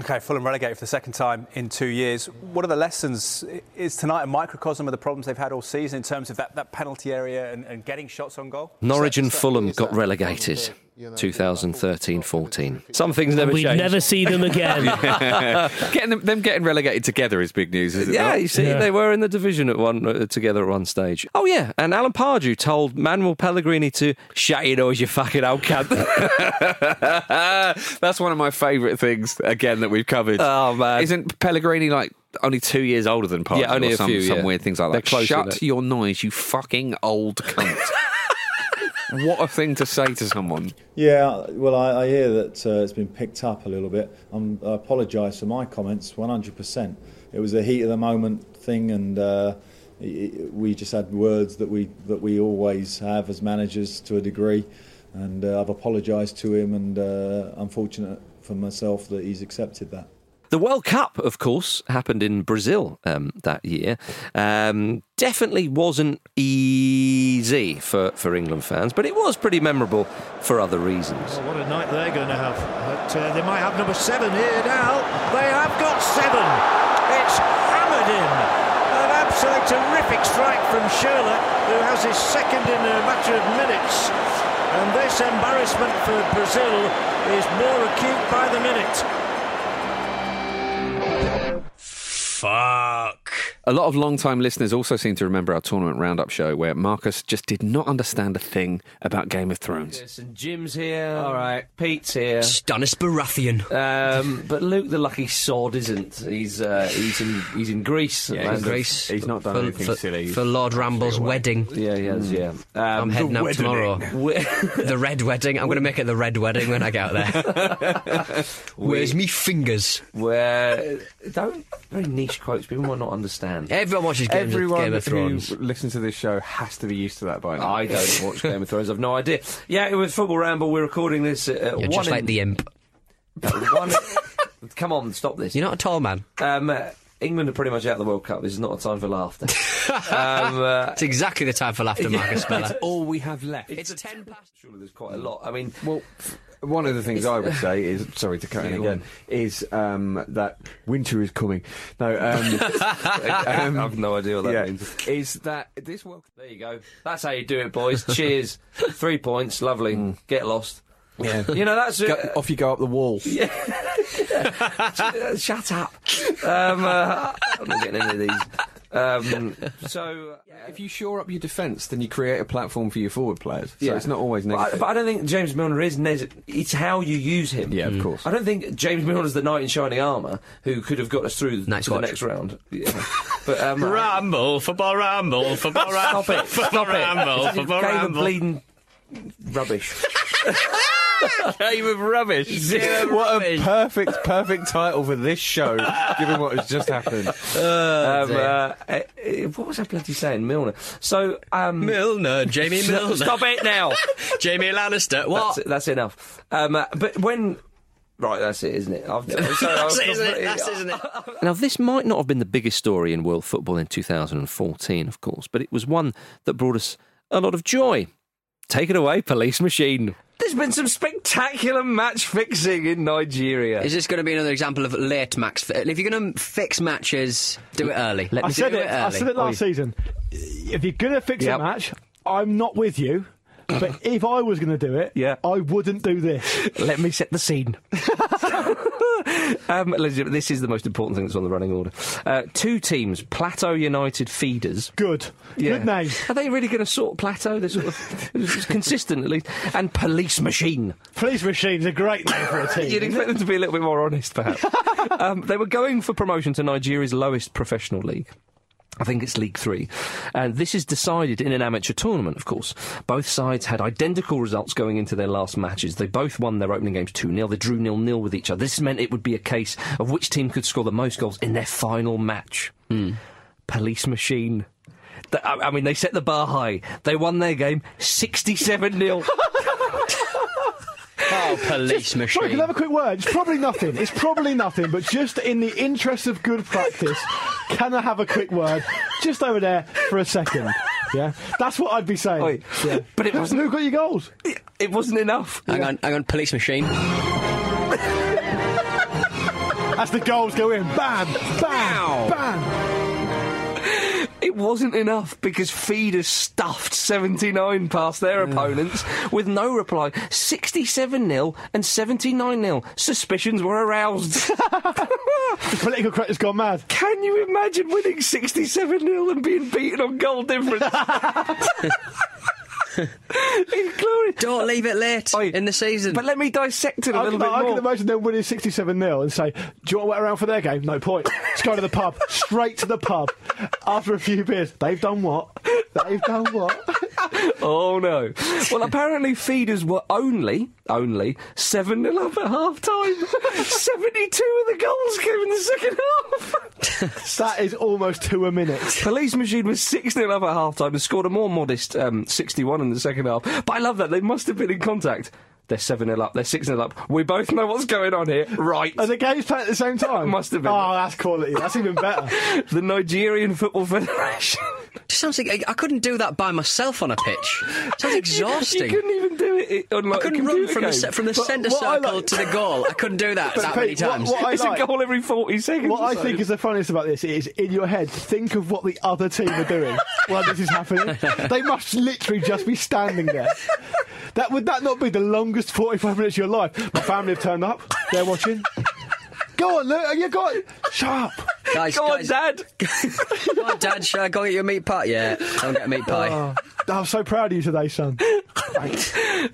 [SPEAKER 22] Okay, Fulham relegated for the second time in two years. What are the lessons? I- Is tonight a microcosm of the problems they've had all season in terms of that, that penalty area and, and getting shots on goal?
[SPEAKER 3] Norwich and Fulham got relegated
[SPEAKER 8] uh,
[SPEAKER 3] 2013-14. Some things never
[SPEAKER 8] We'd
[SPEAKER 3] change.
[SPEAKER 8] never see them again.
[SPEAKER 9] getting them, them getting relegated together is big news, isn't it?
[SPEAKER 3] Yeah,
[SPEAKER 9] not?
[SPEAKER 3] you see, they were in the division at one uh, together at one stage. Oh yeah, and Alan Pardew told Manuel Pellegrini to shut your nose, you fucking old cunt.
[SPEAKER 9] That's one of my favourite things again that we've covered.
[SPEAKER 3] Oh, man.
[SPEAKER 9] isn't Pellegrini like only two years older than Pardew?
[SPEAKER 3] Yeah, only
[SPEAKER 9] or
[SPEAKER 3] a
[SPEAKER 9] some,
[SPEAKER 3] few,
[SPEAKER 9] some
[SPEAKER 3] yeah.
[SPEAKER 9] weird things like
[SPEAKER 3] They're
[SPEAKER 9] that.
[SPEAKER 3] close,
[SPEAKER 9] Shut
[SPEAKER 3] isn't it?
[SPEAKER 9] your noise, you fucking old cunt. what a thing to say to someone.
[SPEAKER 13] Yeah, well, I, I hear that uh, it's been picked up a little bit. Um, I apologise for my comments 100%. It was a heat of the moment thing, and uh, i i we just had words that we that we always have as managers to a degree. And uh, I've apologised to him, and uh, unfortunate for myself that he's accepted that.
[SPEAKER 3] the World Cup, of course, happened in Brazil um, that year. Um, definitely wasn't easy for, for England fans, but it was pretty memorable for other reasons.
[SPEAKER 11] Oh, What a night they're going to have. But uh, they might have number seven here now. They have got seven. It's hammered in. An absolutely terrific strike from Schürrle, who has his second in a matter of minutes. And this embarrassment for Brazil is more acute by the minute.
[SPEAKER 23] Fuck.
[SPEAKER 9] A lot of long-time listeners also seem to remember our tournament roundup show where Marcus just did not understand a thing about Game of Thrones.
[SPEAKER 3] And Jim's here. All right. Pete's here.
[SPEAKER 12] Stannis Baratheon.
[SPEAKER 3] Um, but Luke, the lucky sword, isn't. He's uh, he's in he's in Greece. at the
[SPEAKER 12] Yeah, he's in
[SPEAKER 3] moment.
[SPEAKER 12] Greece. He's not done For- anything for- silly.
[SPEAKER 3] He's
[SPEAKER 12] for Lord Ramble's
[SPEAKER 3] away.
[SPEAKER 12] wedding. Mm.
[SPEAKER 3] Yeah, he has. Yeah.
[SPEAKER 4] Um,
[SPEAKER 12] I'm heading out tomorrow. the red wedding. I'm going to make it the red wedding when I get out there. Where's me fingers?
[SPEAKER 3] Where don't very niche quotes. People might not understand.
[SPEAKER 12] Everyone watches Game,
[SPEAKER 3] Everyone
[SPEAKER 12] Game of
[SPEAKER 3] who-
[SPEAKER 12] Thrones.
[SPEAKER 4] Listen to this show has to be used to that by now.
[SPEAKER 3] I don't watch Game of Thrones. I've no idea. Yeah, it was football ramble. We're recording this. At, at
[SPEAKER 12] You're
[SPEAKER 3] one
[SPEAKER 12] just like
[SPEAKER 3] in-
[SPEAKER 12] the imp.
[SPEAKER 3] at one in- Come on, stop this.
[SPEAKER 12] You're not a tall man.
[SPEAKER 3] Um, uh, England are pretty much out of the World Cup. This is not a time for laughter. um, uh,
[SPEAKER 12] It's exactly the time for laughter, Marcus
[SPEAKER 3] It's
[SPEAKER 12] Speller.
[SPEAKER 3] all we have left.
[SPEAKER 12] It's ten past.
[SPEAKER 3] Surely there's quite a lot. I mean,
[SPEAKER 4] well, one of the things I would say is sorry to cut in
[SPEAKER 3] Yeah, go
[SPEAKER 4] again is um, that winter is coming. No, um,
[SPEAKER 3] I've no idea what that
[SPEAKER 4] yeah,
[SPEAKER 3] means.
[SPEAKER 4] Um, Is that this World?
[SPEAKER 3] There you go. That's how you do it, boys. Cheers. Three points. Lovely. Get lost.
[SPEAKER 4] Mm. Yeah.
[SPEAKER 3] You know that's
[SPEAKER 4] Go- off you go up the wall.
[SPEAKER 3] Yeah. Uh, Shut up. Um, uh, I'm not getting any of these. Um, so,
[SPEAKER 4] uh, if you shore up your defence, then you create a platform for your forward players. So
[SPEAKER 3] Yeah.
[SPEAKER 4] it's not always
[SPEAKER 3] but, I,
[SPEAKER 4] negative.
[SPEAKER 3] but I don't think James Milner is. Nez- it's how you use him.
[SPEAKER 4] Yeah, of Mm. course.
[SPEAKER 3] I don't think James Milner's the knight in shining armour who could have got us through to the
[SPEAKER 12] watch.
[SPEAKER 3] next round. Yeah. But um,
[SPEAKER 24] Ramble, football ramble, football ramble,
[SPEAKER 3] Stop it.
[SPEAKER 24] football
[SPEAKER 3] Stop
[SPEAKER 24] ramble,
[SPEAKER 3] it. It's
[SPEAKER 24] football
[SPEAKER 3] a game of
[SPEAKER 24] ramble.
[SPEAKER 3] bleeding rubbish.
[SPEAKER 4] game of rubbish.
[SPEAKER 3] Zero
[SPEAKER 4] what a perfect, perfect title for this show, given what has just happened.
[SPEAKER 3] um, uh, eh, eh, what was I bloody saying? Milner. So, um.
[SPEAKER 12] Milner, Jamie
[SPEAKER 3] s-
[SPEAKER 12] Milner.
[SPEAKER 3] Stop it now!
[SPEAKER 12] Jamie Lannister. What?
[SPEAKER 3] That's, that's enough. Um, uh, but when. Right, that's it, isn't it? I've, I'm sorry,
[SPEAKER 12] That's
[SPEAKER 3] I've
[SPEAKER 12] it, isn't it?
[SPEAKER 3] completely-
[SPEAKER 12] That's it, isn't it?
[SPEAKER 8] Now, this might not have been the biggest story in world football in 2014, of course, but it was one that brought us a lot of joy. Take it away, police machine.
[SPEAKER 3] There's been some spectacular match fixing in Nigeria.
[SPEAKER 12] Is this going to be another example of late max? If you're going to fix matches, do it early. Let
[SPEAKER 6] I
[SPEAKER 12] me
[SPEAKER 6] said
[SPEAKER 12] do
[SPEAKER 6] it. I
[SPEAKER 12] early.
[SPEAKER 6] said it last season. If you're gonna fix
[SPEAKER 12] Yep.
[SPEAKER 6] a match, I'm not with you. But if I was going to do it, yeah. I wouldn't do this.
[SPEAKER 3] Let me set the scene. um, Elizabeth, this is the most important thing that's on the running order. Uh, two teams, Plateau United Feeders.
[SPEAKER 6] Good. Good name.
[SPEAKER 3] Are they really going to sort Plateau? They're sort of it's consistent, at least. And Police Machine.
[SPEAKER 6] Police Machine's a great name for a team.
[SPEAKER 3] You'd expect them to be a little bit more honest, perhaps. um, they were going for promotion to Nigeria's lowest professional league. I think it's League Three. And this is decided in an amateur tournament, of course. Both sides had identical results going into their last matches. They both won their opening games 2 0. They drew nil nil with each other. This meant it would be a case of which team could score the most goals in their final match.
[SPEAKER 12] Hmm.
[SPEAKER 3] Police Machine. Th- I I mean, they set the bar high. They won their game 67 0.
[SPEAKER 12] Oh, police machine.
[SPEAKER 6] Sorry, can I have a quick word? It's probably nothing. It's probably nothing, but just in the interest of good practice, can I have a quick word just over there for a second? Yeah, that's what I'd be saying.
[SPEAKER 3] Oi.
[SPEAKER 6] Yeah.
[SPEAKER 3] But it wasn't-
[SPEAKER 6] Who got your goals?
[SPEAKER 3] It wasn't enough.
[SPEAKER 12] Hang on, hang on, police machine.
[SPEAKER 6] As the goals go in, bam, bam, bam.
[SPEAKER 3] It wasn't enough because Feeders stuffed 79 past their opponents with no reply. 67 0 and 79 0. Suspicions were aroused.
[SPEAKER 6] The political correctness gone mad.
[SPEAKER 3] Can you imagine winning 67 0 and being beaten on goal difference? it's glorious.
[SPEAKER 12] Don't leave it late in the season.
[SPEAKER 3] But let me dissect it a
[SPEAKER 6] I
[SPEAKER 3] little
[SPEAKER 6] can,
[SPEAKER 3] bit
[SPEAKER 6] I can
[SPEAKER 3] more.
[SPEAKER 6] imagine them winning 67 0 and say, Do you want to wait around for their game? No point. Let's go to the pub. Straight to the pub. After a few beers. They've done what? They've done what?
[SPEAKER 3] oh no. Well, apparently feeders were only, only 7 0 up at half time. 72 of the goals came in the second half.
[SPEAKER 6] that is almost two a minute.
[SPEAKER 3] Police Machine was 6 0 up at half time and scored a more modest um, 61 in the second half. But I love that. They must have been in contact. They're 7 0 up, they're 6 0 up. We both know what's going on here. Right.
[SPEAKER 6] Are the games played at the same time?
[SPEAKER 3] Must have been.
[SPEAKER 6] Oh, that's quality. That's even better.
[SPEAKER 3] the Nigerian Football Federation.
[SPEAKER 12] Just sounds like I, I couldn't do that by myself on a pitch. sounds
[SPEAKER 3] You
[SPEAKER 12] exhausting.
[SPEAKER 3] couldn't even do it i- on
[SPEAKER 12] I
[SPEAKER 3] like, a
[SPEAKER 12] couldn't run
[SPEAKER 3] computer
[SPEAKER 12] from the
[SPEAKER 3] game.
[SPEAKER 12] se- from the
[SPEAKER 6] But
[SPEAKER 12] centre
[SPEAKER 6] what I
[SPEAKER 12] circle
[SPEAKER 6] like-
[SPEAKER 12] to the goal. I couldn't do that
[SPEAKER 6] But
[SPEAKER 12] that
[SPEAKER 6] Pete,
[SPEAKER 12] many
[SPEAKER 6] what-
[SPEAKER 12] times.
[SPEAKER 6] what I
[SPEAKER 3] it's
[SPEAKER 6] like-
[SPEAKER 3] a goal every 40 seconds.
[SPEAKER 6] What
[SPEAKER 3] or
[SPEAKER 6] I
[SPEAKER 3] so.
[SPEAKER 6] think is the funniest about this is in your head, think of what the other team are doing while this is happening. They must literally just be standing there. That would that not be the longest forty five minutes of your life? My family have turned up, they're watching. Go on, Luke, you got it. Shut up.
[SPEAKER 12] Guys,
[SPEAKER 4] Go on,
[SPEAKER 12] guys.
[SPEAKER 4] Dad.
[SPEAKER 12] Come on, Dad, shall I go get you a meat pie? Yeah, I'll get a meat pie.
[SPEAKER 11] Oh, I'm so proud of you today, son.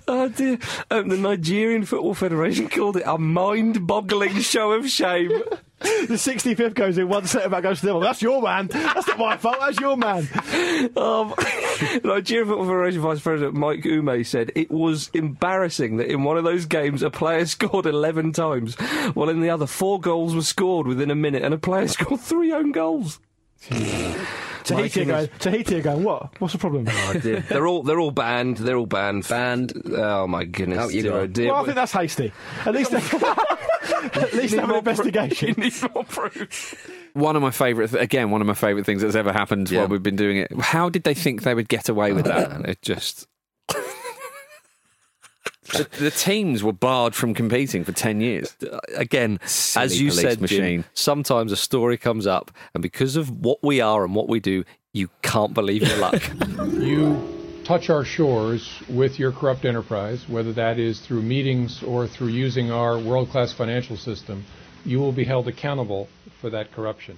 [SPEAKER 4] oh dear. Um, the Nigerian Football Federation called it a mind boggling show of shame.
[SPEAKER 11] the 65th goes in, one centre back goes to the other. That's your man. That's not my fault. That's your man.
[SPEAKER 4] Um, Nigerian Football Federation Vice President Mike Ume said it was embarrassing that in one of those games a player scored 11 times, while in the other four goals were scored within a minute and a player scored three own goals.
[SPEAKER 11] Tahiti are going. Tahiti are going. What? What's the problem?
[SPEAKER 3] they're all they're all banned. They're all banned. Banned. Oh my goodness!
[SPEAKER 11] Out you
[SPEAKER 3] dear,
[SPEAKER 11] go.
[SPEAKER 3] oh dear.
[SPEAKER 11] Well, I think that's hasty. At least, they, at least they have an investigation.
[SPEAKER 9] One of my favourite, th- again, one of my favourite things that's ever happened while we've been doing it. How did they think they would get away with that? it just. the, the teams were barred from competing for 10 years.
[SPEAKER 3] Again,
[SPEAKER 9] Silly
[SPEAKER 3] As you
[SPEAKER 9] police
[SPEAKER 3] said, Jim,
[SPEAKER 9] machine.
[SPEAKER 3] sometimes a story comes up, and because of what we are and what we do, you can't believe your luck.
[SPEAKER 25] You touch our shores with your corrupt enterprise, whether that is through meetings or through using our world class financial system, you will be held accountable for that corruption.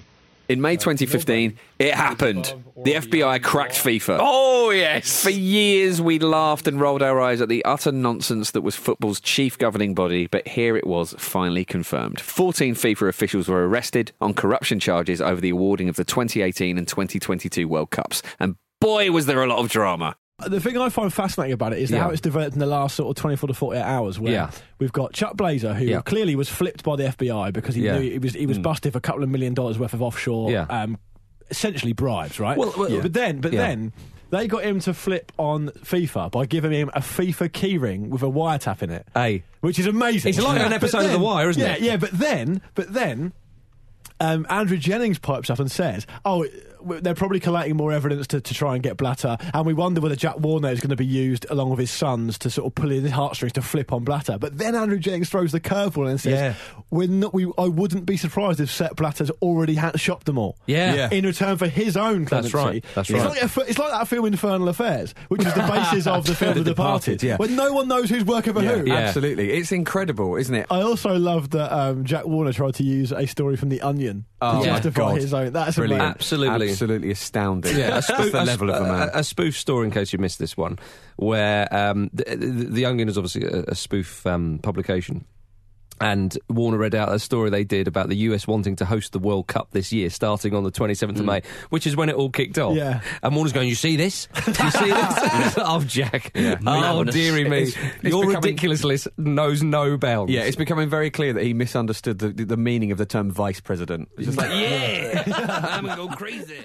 [SPEAKER 9] In May 2015, it happened. The FBI cracked FIFA. Oh, yes. For years, we laughed and rolled our eyes at the utter nonsense that was football's chief governing body, but here it was finally confirmed. 14 FIFA officials were arrested on corruption charges over the awarding of the 2018 and 2022 World Cups. And boy, was there a lot of drama.
[SPEAKER 6] The thing I find fascinating about it is
[SPEAKER 9] Yeah.
[SPEAKER 6] how it's developed in the last sort of 24 to 48 hours. Where
[SPEAKER 9] Yeah.
[SPEAKER 6] we've got Chuck Blazer, who
[SPEAKER 9] Yeah.
[SPEAKER 6] clearly was flipped by the FBI because he
[SPEAKER 9] Yeah.
[SPEAKER 6] knew he was he was
[SPEAKER 9] Mm.
[SPEAKER 6] busted for a couple of million dollars worth of offshore,
[SPEAKER 9] Yeah.
[SPEAKER 6] um, essentially bribes, right?
[SPEAKER 9] Well, well- Yeah.
[SPEAKER 6] but then, but
[SPEAKER 9] Yeah.
[SPEAKER 6] then they got him to flip on FIFA by giving him a FIFA keyring with a wiretap in it,
[SPEAKER 9] Hey.
[SPEAKER 6] which is amazing.
[SPEAKER 11] It's like an
[SPEAKER 6] But
[SPEAKER 11] episode of The Wire, isn't
[SPEAKER 6] yeah,
[SPEAKER 11] it?
[SPEAKER 6] Yeah, but then, but then um, Andrew Jennings pipes up and says, "Oh, w- they're probably collating more evidence to, to try and get Blatter, and we wonder whether Jack Warner is going to be used along with his sons to sort of pull in his heartstrings to flip on Blatter." But then Andrew Jennings throws the curveball and says, "We're not. We, I wouldn't be surprised if Seth Blatter's already had shopped them all.
[SPEAKER 11] Yeah. Yeah.
[SPEAKER 6] in return for his own
[SPEAKER 11] That's
[SPEAKER 6] clemency.
[SPEAKER 11] right. That's
[SPEAKER 6] It's
[SPEAKER 11] right.
[SPEAKER 6] like, a f- it's like that film Infernal Affairs, which is the basis of the film
[SPEAKER 11] The
[SPEAKER 6] The Departed,
[SPEAKER 11] Departed, yeah.
[SPEAKER 6] where no one knows who's working for who.
[SPEAKER 26] Absolutely. It's incredible, isn't it?
[SPEAKER 6] I also love that um, Jack Warner tried to use a story from The Onion
[SPEAKER 26] Oh,
[SPEAKER 6] to
[SPEAKER 26] my
[SPEAKER 6] justify
[SPEAKER 26] God.
[SPEAKER 6] his own. That's
[SPEAKER 26] Brilliant.
[SPEAKER 6] amazing.
[SPEAKER 3] Absolutely.
[SPEAKER 26] Absolutely astounding.
[SPEAKER 3] Yeah, a
[SPEAKER 26] That's
[SPEAKER 3] spoof,
[SPEAKER 26] the
[SPEAKER 3] a-
[SPEAKER 26] level of a man.
[SPEAKER 3] A, a spoof story, in case you missed this one, where um, the, the, the Youngin is obviously a, a spoof um, publication. And Warner read out a story they did about the US wanting to host the World Cup this year, starting on the 27th
[SPEAKER 26] Mm.
[SPEAKER 3] of May, which is when it all kicked off.
[SPEAKER 6] Yeah.
[SPEAKER 3] And Warner's going, You see this? You see this? oh, Jack. Oh,
[SPEAKER 26] Madness.
[SPEAKER 3] dearie me.
[SPEAKER 26] It's- it's
[SPEAKER 3] Your
[SPEAKER 26] becoming-
[SPEAKER 3] ridiculousness knows no bounds.
[SPEAKER 26] Yeah, it's becoming very clear that he misunderstood the, the meaning of the term vice president. It's just like,
[SPEAKER 3] yeah, I'm going to go crazy.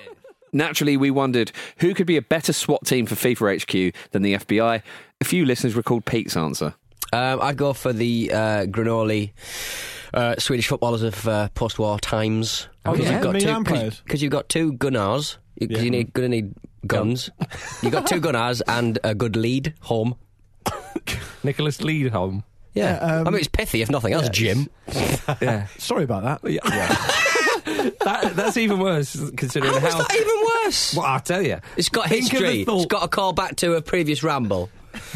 [SPEAKER 9] Naturally, we wondered who could be a better SWAT team for FIFA HQ than the FBI. A few listeners recalled Pete's answer.
[SPEAKER 12] Um, I'd go for the uh, Granoli uh, Swedish footballers of uh, post-war times.
[SPEAKER 6] Oh, yeah. Milan players.
[SPEAKER 12] Because you've got two Gunnars. Because you need going to need guns. you've got two Gunnars and a good lead home.
[SPEAKER 3] Nicholas lead home.
[SPEAKER 12] Yeah.
[SPEAKER 6] Yeah, um,
[SPEAKER 12] I mean, it's pithy if nothing else, Jim.
[SPEAKER 3] yeah.
[SPEAKER 6] Sorry about that.
[SPEAKER 3] That, that's even worse, considering
[SPEAKER 12] How
[SPEAKER 3] how.
[SPEAKER 12] is that even worse?
[SPEAKER 3] Well, I'll tell you.
[SPEAKER 12] It's got
[SPEAKER 3] Think of the
[SPEAKER 12] history.
[SPEAKER 3] thought-
[SPEAKER 12] It's got a call back to a previous ramble.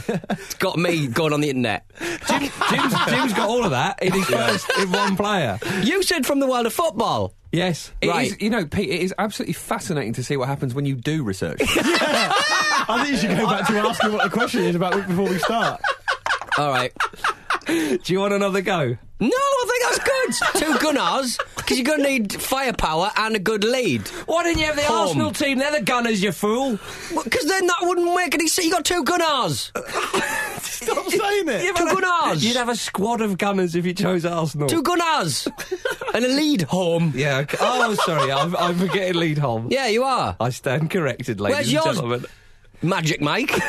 [SPEAKER 12] it's got me going on the internet.
[SPEAKER 3] Jim, Jim's, Jim's got all of that in his first in one player.
[SPEAKER 12] You said from the world of football.
[SPEAKER 3] Yes,
[SPEAKER 26] It is
[SPEAKER 12] right.
[SPEAKER 26] you know, Pete, it is absolutely fascinating to see what happens when you do research.
[SPEAKER 6] I think you should go back to asking what the question is about before we start.
[SPEAKER 12] All right.
[SPEAKER 3] Do you want another go?
[SPEAKER 12] No, I think that's good. Two Gunnars, because you're going to need firepower and a good lead.
[SPEAKER 3] Why didn't you have the
[SPEAKER 12] Home.
[SPEAKER 3] Arsenal team? They're the Gunners, you fool.
[SPEAKER 12] Because then that wouldn't make any sense. You got two Gunnars.
[SPEAKER 6] Stop saying it.
[SPEAKER 12] Two Gunnars.
[SPEAKER 3] You'd have a squad of Gunners if you chose Arsenal.
[SPEAKER 12] Two Gunnars and a lead home.
[SPEAKER 3] Yeah. Okay. Oh, sorry, I'm, I'm forgetting Leadholm.
[SPEAKER 12] Yeah, you are.
[SPEAKER 3] I stand corrected, ladies
[SPEAKER 12] Where's
[SPEAKER 3] and
[SPEAKER 12] yours?
[SPEAKER 3] gentlemen.
[SPEAKER 12] Magic Mike.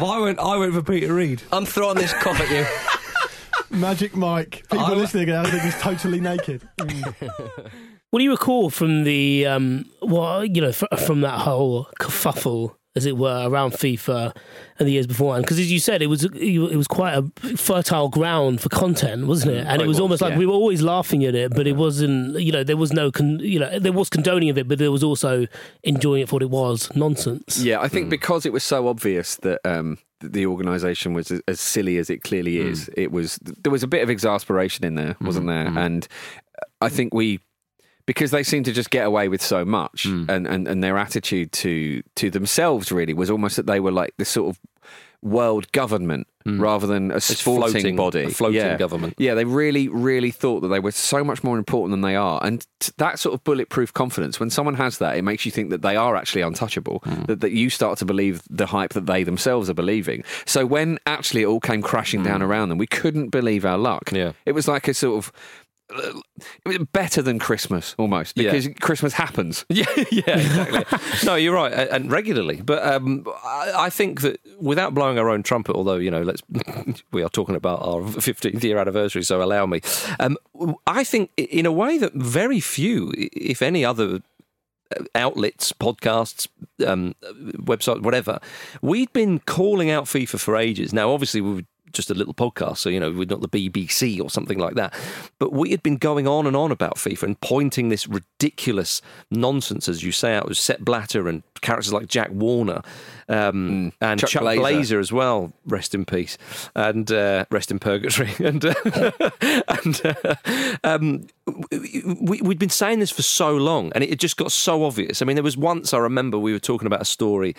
[SPEAKER 3] Well, I went. I went for Peter Reid.
[SPEAKER 12] I'm throwing this cup at you.
[SPEAKER 6] Magic Mike. People
[SPEAKER 8] I-
[SPEAKER 6] listening are going to think he's totally naked.
[SPEAKER 8] What do you recall from the um, well, you know, fr- from that whole kerfuffle, as it were, around FIFA and the years beforehand? Because as you said, it was it was quite a fertile ground for content, wasn't it? And
[SPEAKER 3] It
[SPEAKER 8] it was
[SPEAKER 3] was,
[SPEAKER 8] almost like
[SPEAKER 3] yeah.
[SPEAKER 8] we were always laughing at it, but it wasn't. You know, there was no, con- you know, there was condoning of it, but there was also enjoying it for what it was nonsense.
[SPEAKER 9] Yeah, I think because it was so obvious that um, th- the organisation was as, as silly as it clearly is, it was there was a bit of exasperation in there, wasn't there? And I think we because they seem to just get away with so much
[SPEAKER 3] Hmm.
[SPEAKER 9] and, and, and their attitude to to themselves really was almost that they were like this sort of world government rather than a
[SPEAKER 3] Hmm. This
[SPEAKER 9] sporting
[SPEAKER 3] floating-
[SPEAKER 9] body
[SPEAKER 3] a floating
[SPEAKER 9] yeah.
[SPEAKER 3] government.
[SPEAKER 9] yeah they really really thought that they were so much more important than they are and t- that sort of bulletproof confidence when someone has that it makes you think that they are actually untouchable
[SPEAKER 3] Hmm.
[SPEAKER 9] that, that you start to believe the hype that they themselves are believing so when actually it all came crashing
[SPEAKER 3] Hmm.
[SPEAKER 9] down around them we couldn't believe our luck yeah it was like a sort of uh, it was better than Christmas almost
[SPEAKER 3] Yeah.
[SPEAKER 9] because Christmas happens.
[SPEAKER 3] Yeah, yeah, exactly. no, you're right, a- and regularly. But um, I, I think that without blowing our own trumpet, although you know, let's we are talking about our 15th year anniversary, so allow me. Um, I think, i- in a way, that very few, i- if any other uh, outlets, podcasts, um, websites, whatever. We'd been calling out FIFA for ages. Now, obviously, we were just a little podcast, so you know we're not the BBC or something like that. But we had been going on and on about FIFA and pointing this ridiculous nonsense, as you say, out with Set Blatter and characters like Jack Warner um, and
[SPEAKER 9] Chuck
[SPEAKER 3] Chuck,
[SPEAKER 9] Blazer.
[SPEAKER 3] Blazer. as well. Rest in peace and uh, rest in purgatory. and uh, and uh, um, we, we'd been saying this for so long, and it had just got so obvious. I mean, there was once I remember we were talking about a story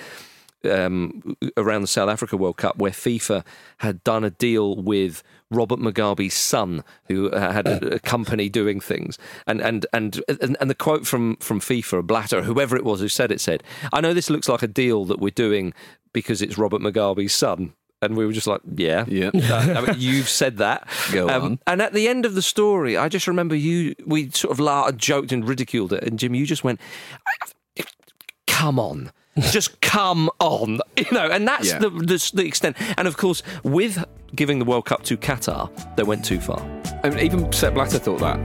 [SPEAKER 3] um, around the South Africa World Cup where FIFA had done a deal with Robert Mugabe's son, who uh, had a, a company doing things, and and and and, and the quote from from FIFA, or Blatter, whoever it was who said it, said, "I know this looks like a deal that we're doing because it's Robert Mugabe's son." And we were just like, yeah, yeah. you've said that.
[SPEAKER 9] Go
[SPEAKER 3] Um,
[SPEAKER 9] on.
[SPEAKER 3] and at the end of the story, I just remember you. We sort of laughed, joked, and ridiculed it. And Jim, you just went, "Come on." Just come on, you know, and that's
[SPEAKER 9] Yeah.
[SPEAKER 3] the, the the extent. And of course, with giving the World Cup to Qatar, they went too far.
[SPEAKER 9] I mean, even Sepp Blatter thought that.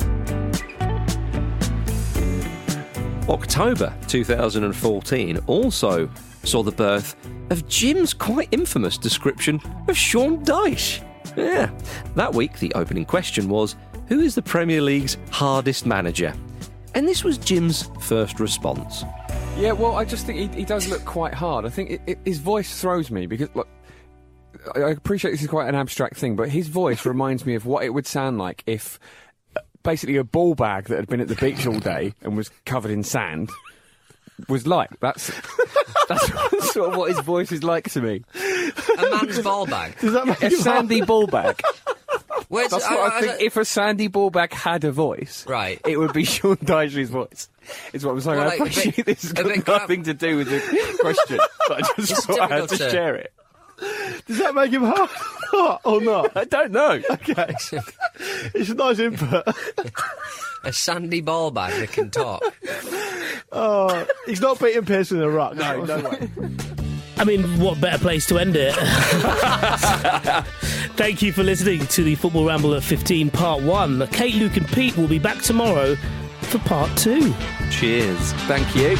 [SPEAKER 3] October 2014 also saw the birth of Jim's quite infamous description of Sean Dyche. Yeah. That week, the opening question was Who is the Premier League's hardest manager? And this was Jim's first response.
[SPEAKER 4] Yeah, well, I just think he, he does look quite hard. I think it, it, his voice throws me because, look, I I appreciate this is quite an abstract thing, but his voice reminds me of what it would sound like if uh, basically a ball bag that had been at the beach all day and was covered in sand was like. That's. That's sort of what his voice is like to me.
[SPEAKER 12] A man's ball bag.
[SPEAKER 4] Does that make a sandy ball bag?
[SPEAKER 12] Where's-
[SPEAKER 4] That's what I, think.
[SPEAKER 12] I-
[SPEAKER 4] if a sandy ball bag had a voice, right, it would be Sean Dyche's voice. Is what I'm saying.
[SPEAKER 12] Well,
[SPEAKER 4] I
[SPEAKER 12] like, a bit-
[SPEAKER 4] appreciate this has
[SPEAKER 12] a
[SPEAKER 4] got
[SPEAKER 12] bit crap-
[SPEAKER 4] nothing to do with the question, but I just
[SPEAKER 12] It's
[SPEAKER 4] thought I had
[SPEAKER 12] difficult
[SPEAKER 4] to
[SPEAKER 12] to-
[SPEAKER 4] share it.
[SPEAKER 6] Does that make him hard or not?
[SPEAKER 4] I don't know.
[SPEAKER 6] Okay. it's a nice input.
[SPEAKER 12] A sandy ball bag that can talk.
[SPEAKER 6] Oh, he's not beating Pearson in a rock. No, no way.
[SPEAKER 8] I mean, what better place to end it? Thank you for listening to the Football Ramble at 15, Part 1. Kate, Luke, and Pete will be back tomorrow for Part 2.
[SPEAKER 3] Cheers.
[SPEAKER 9] Thank you.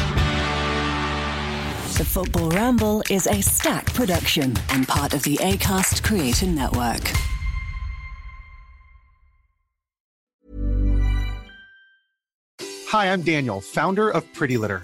[SPEAKER 27] The Football Ramble is a stack production and part of the Acast Creator Network.
[SPEAKER 1] Hi, I'm Daniel, founder of Pretty Litter.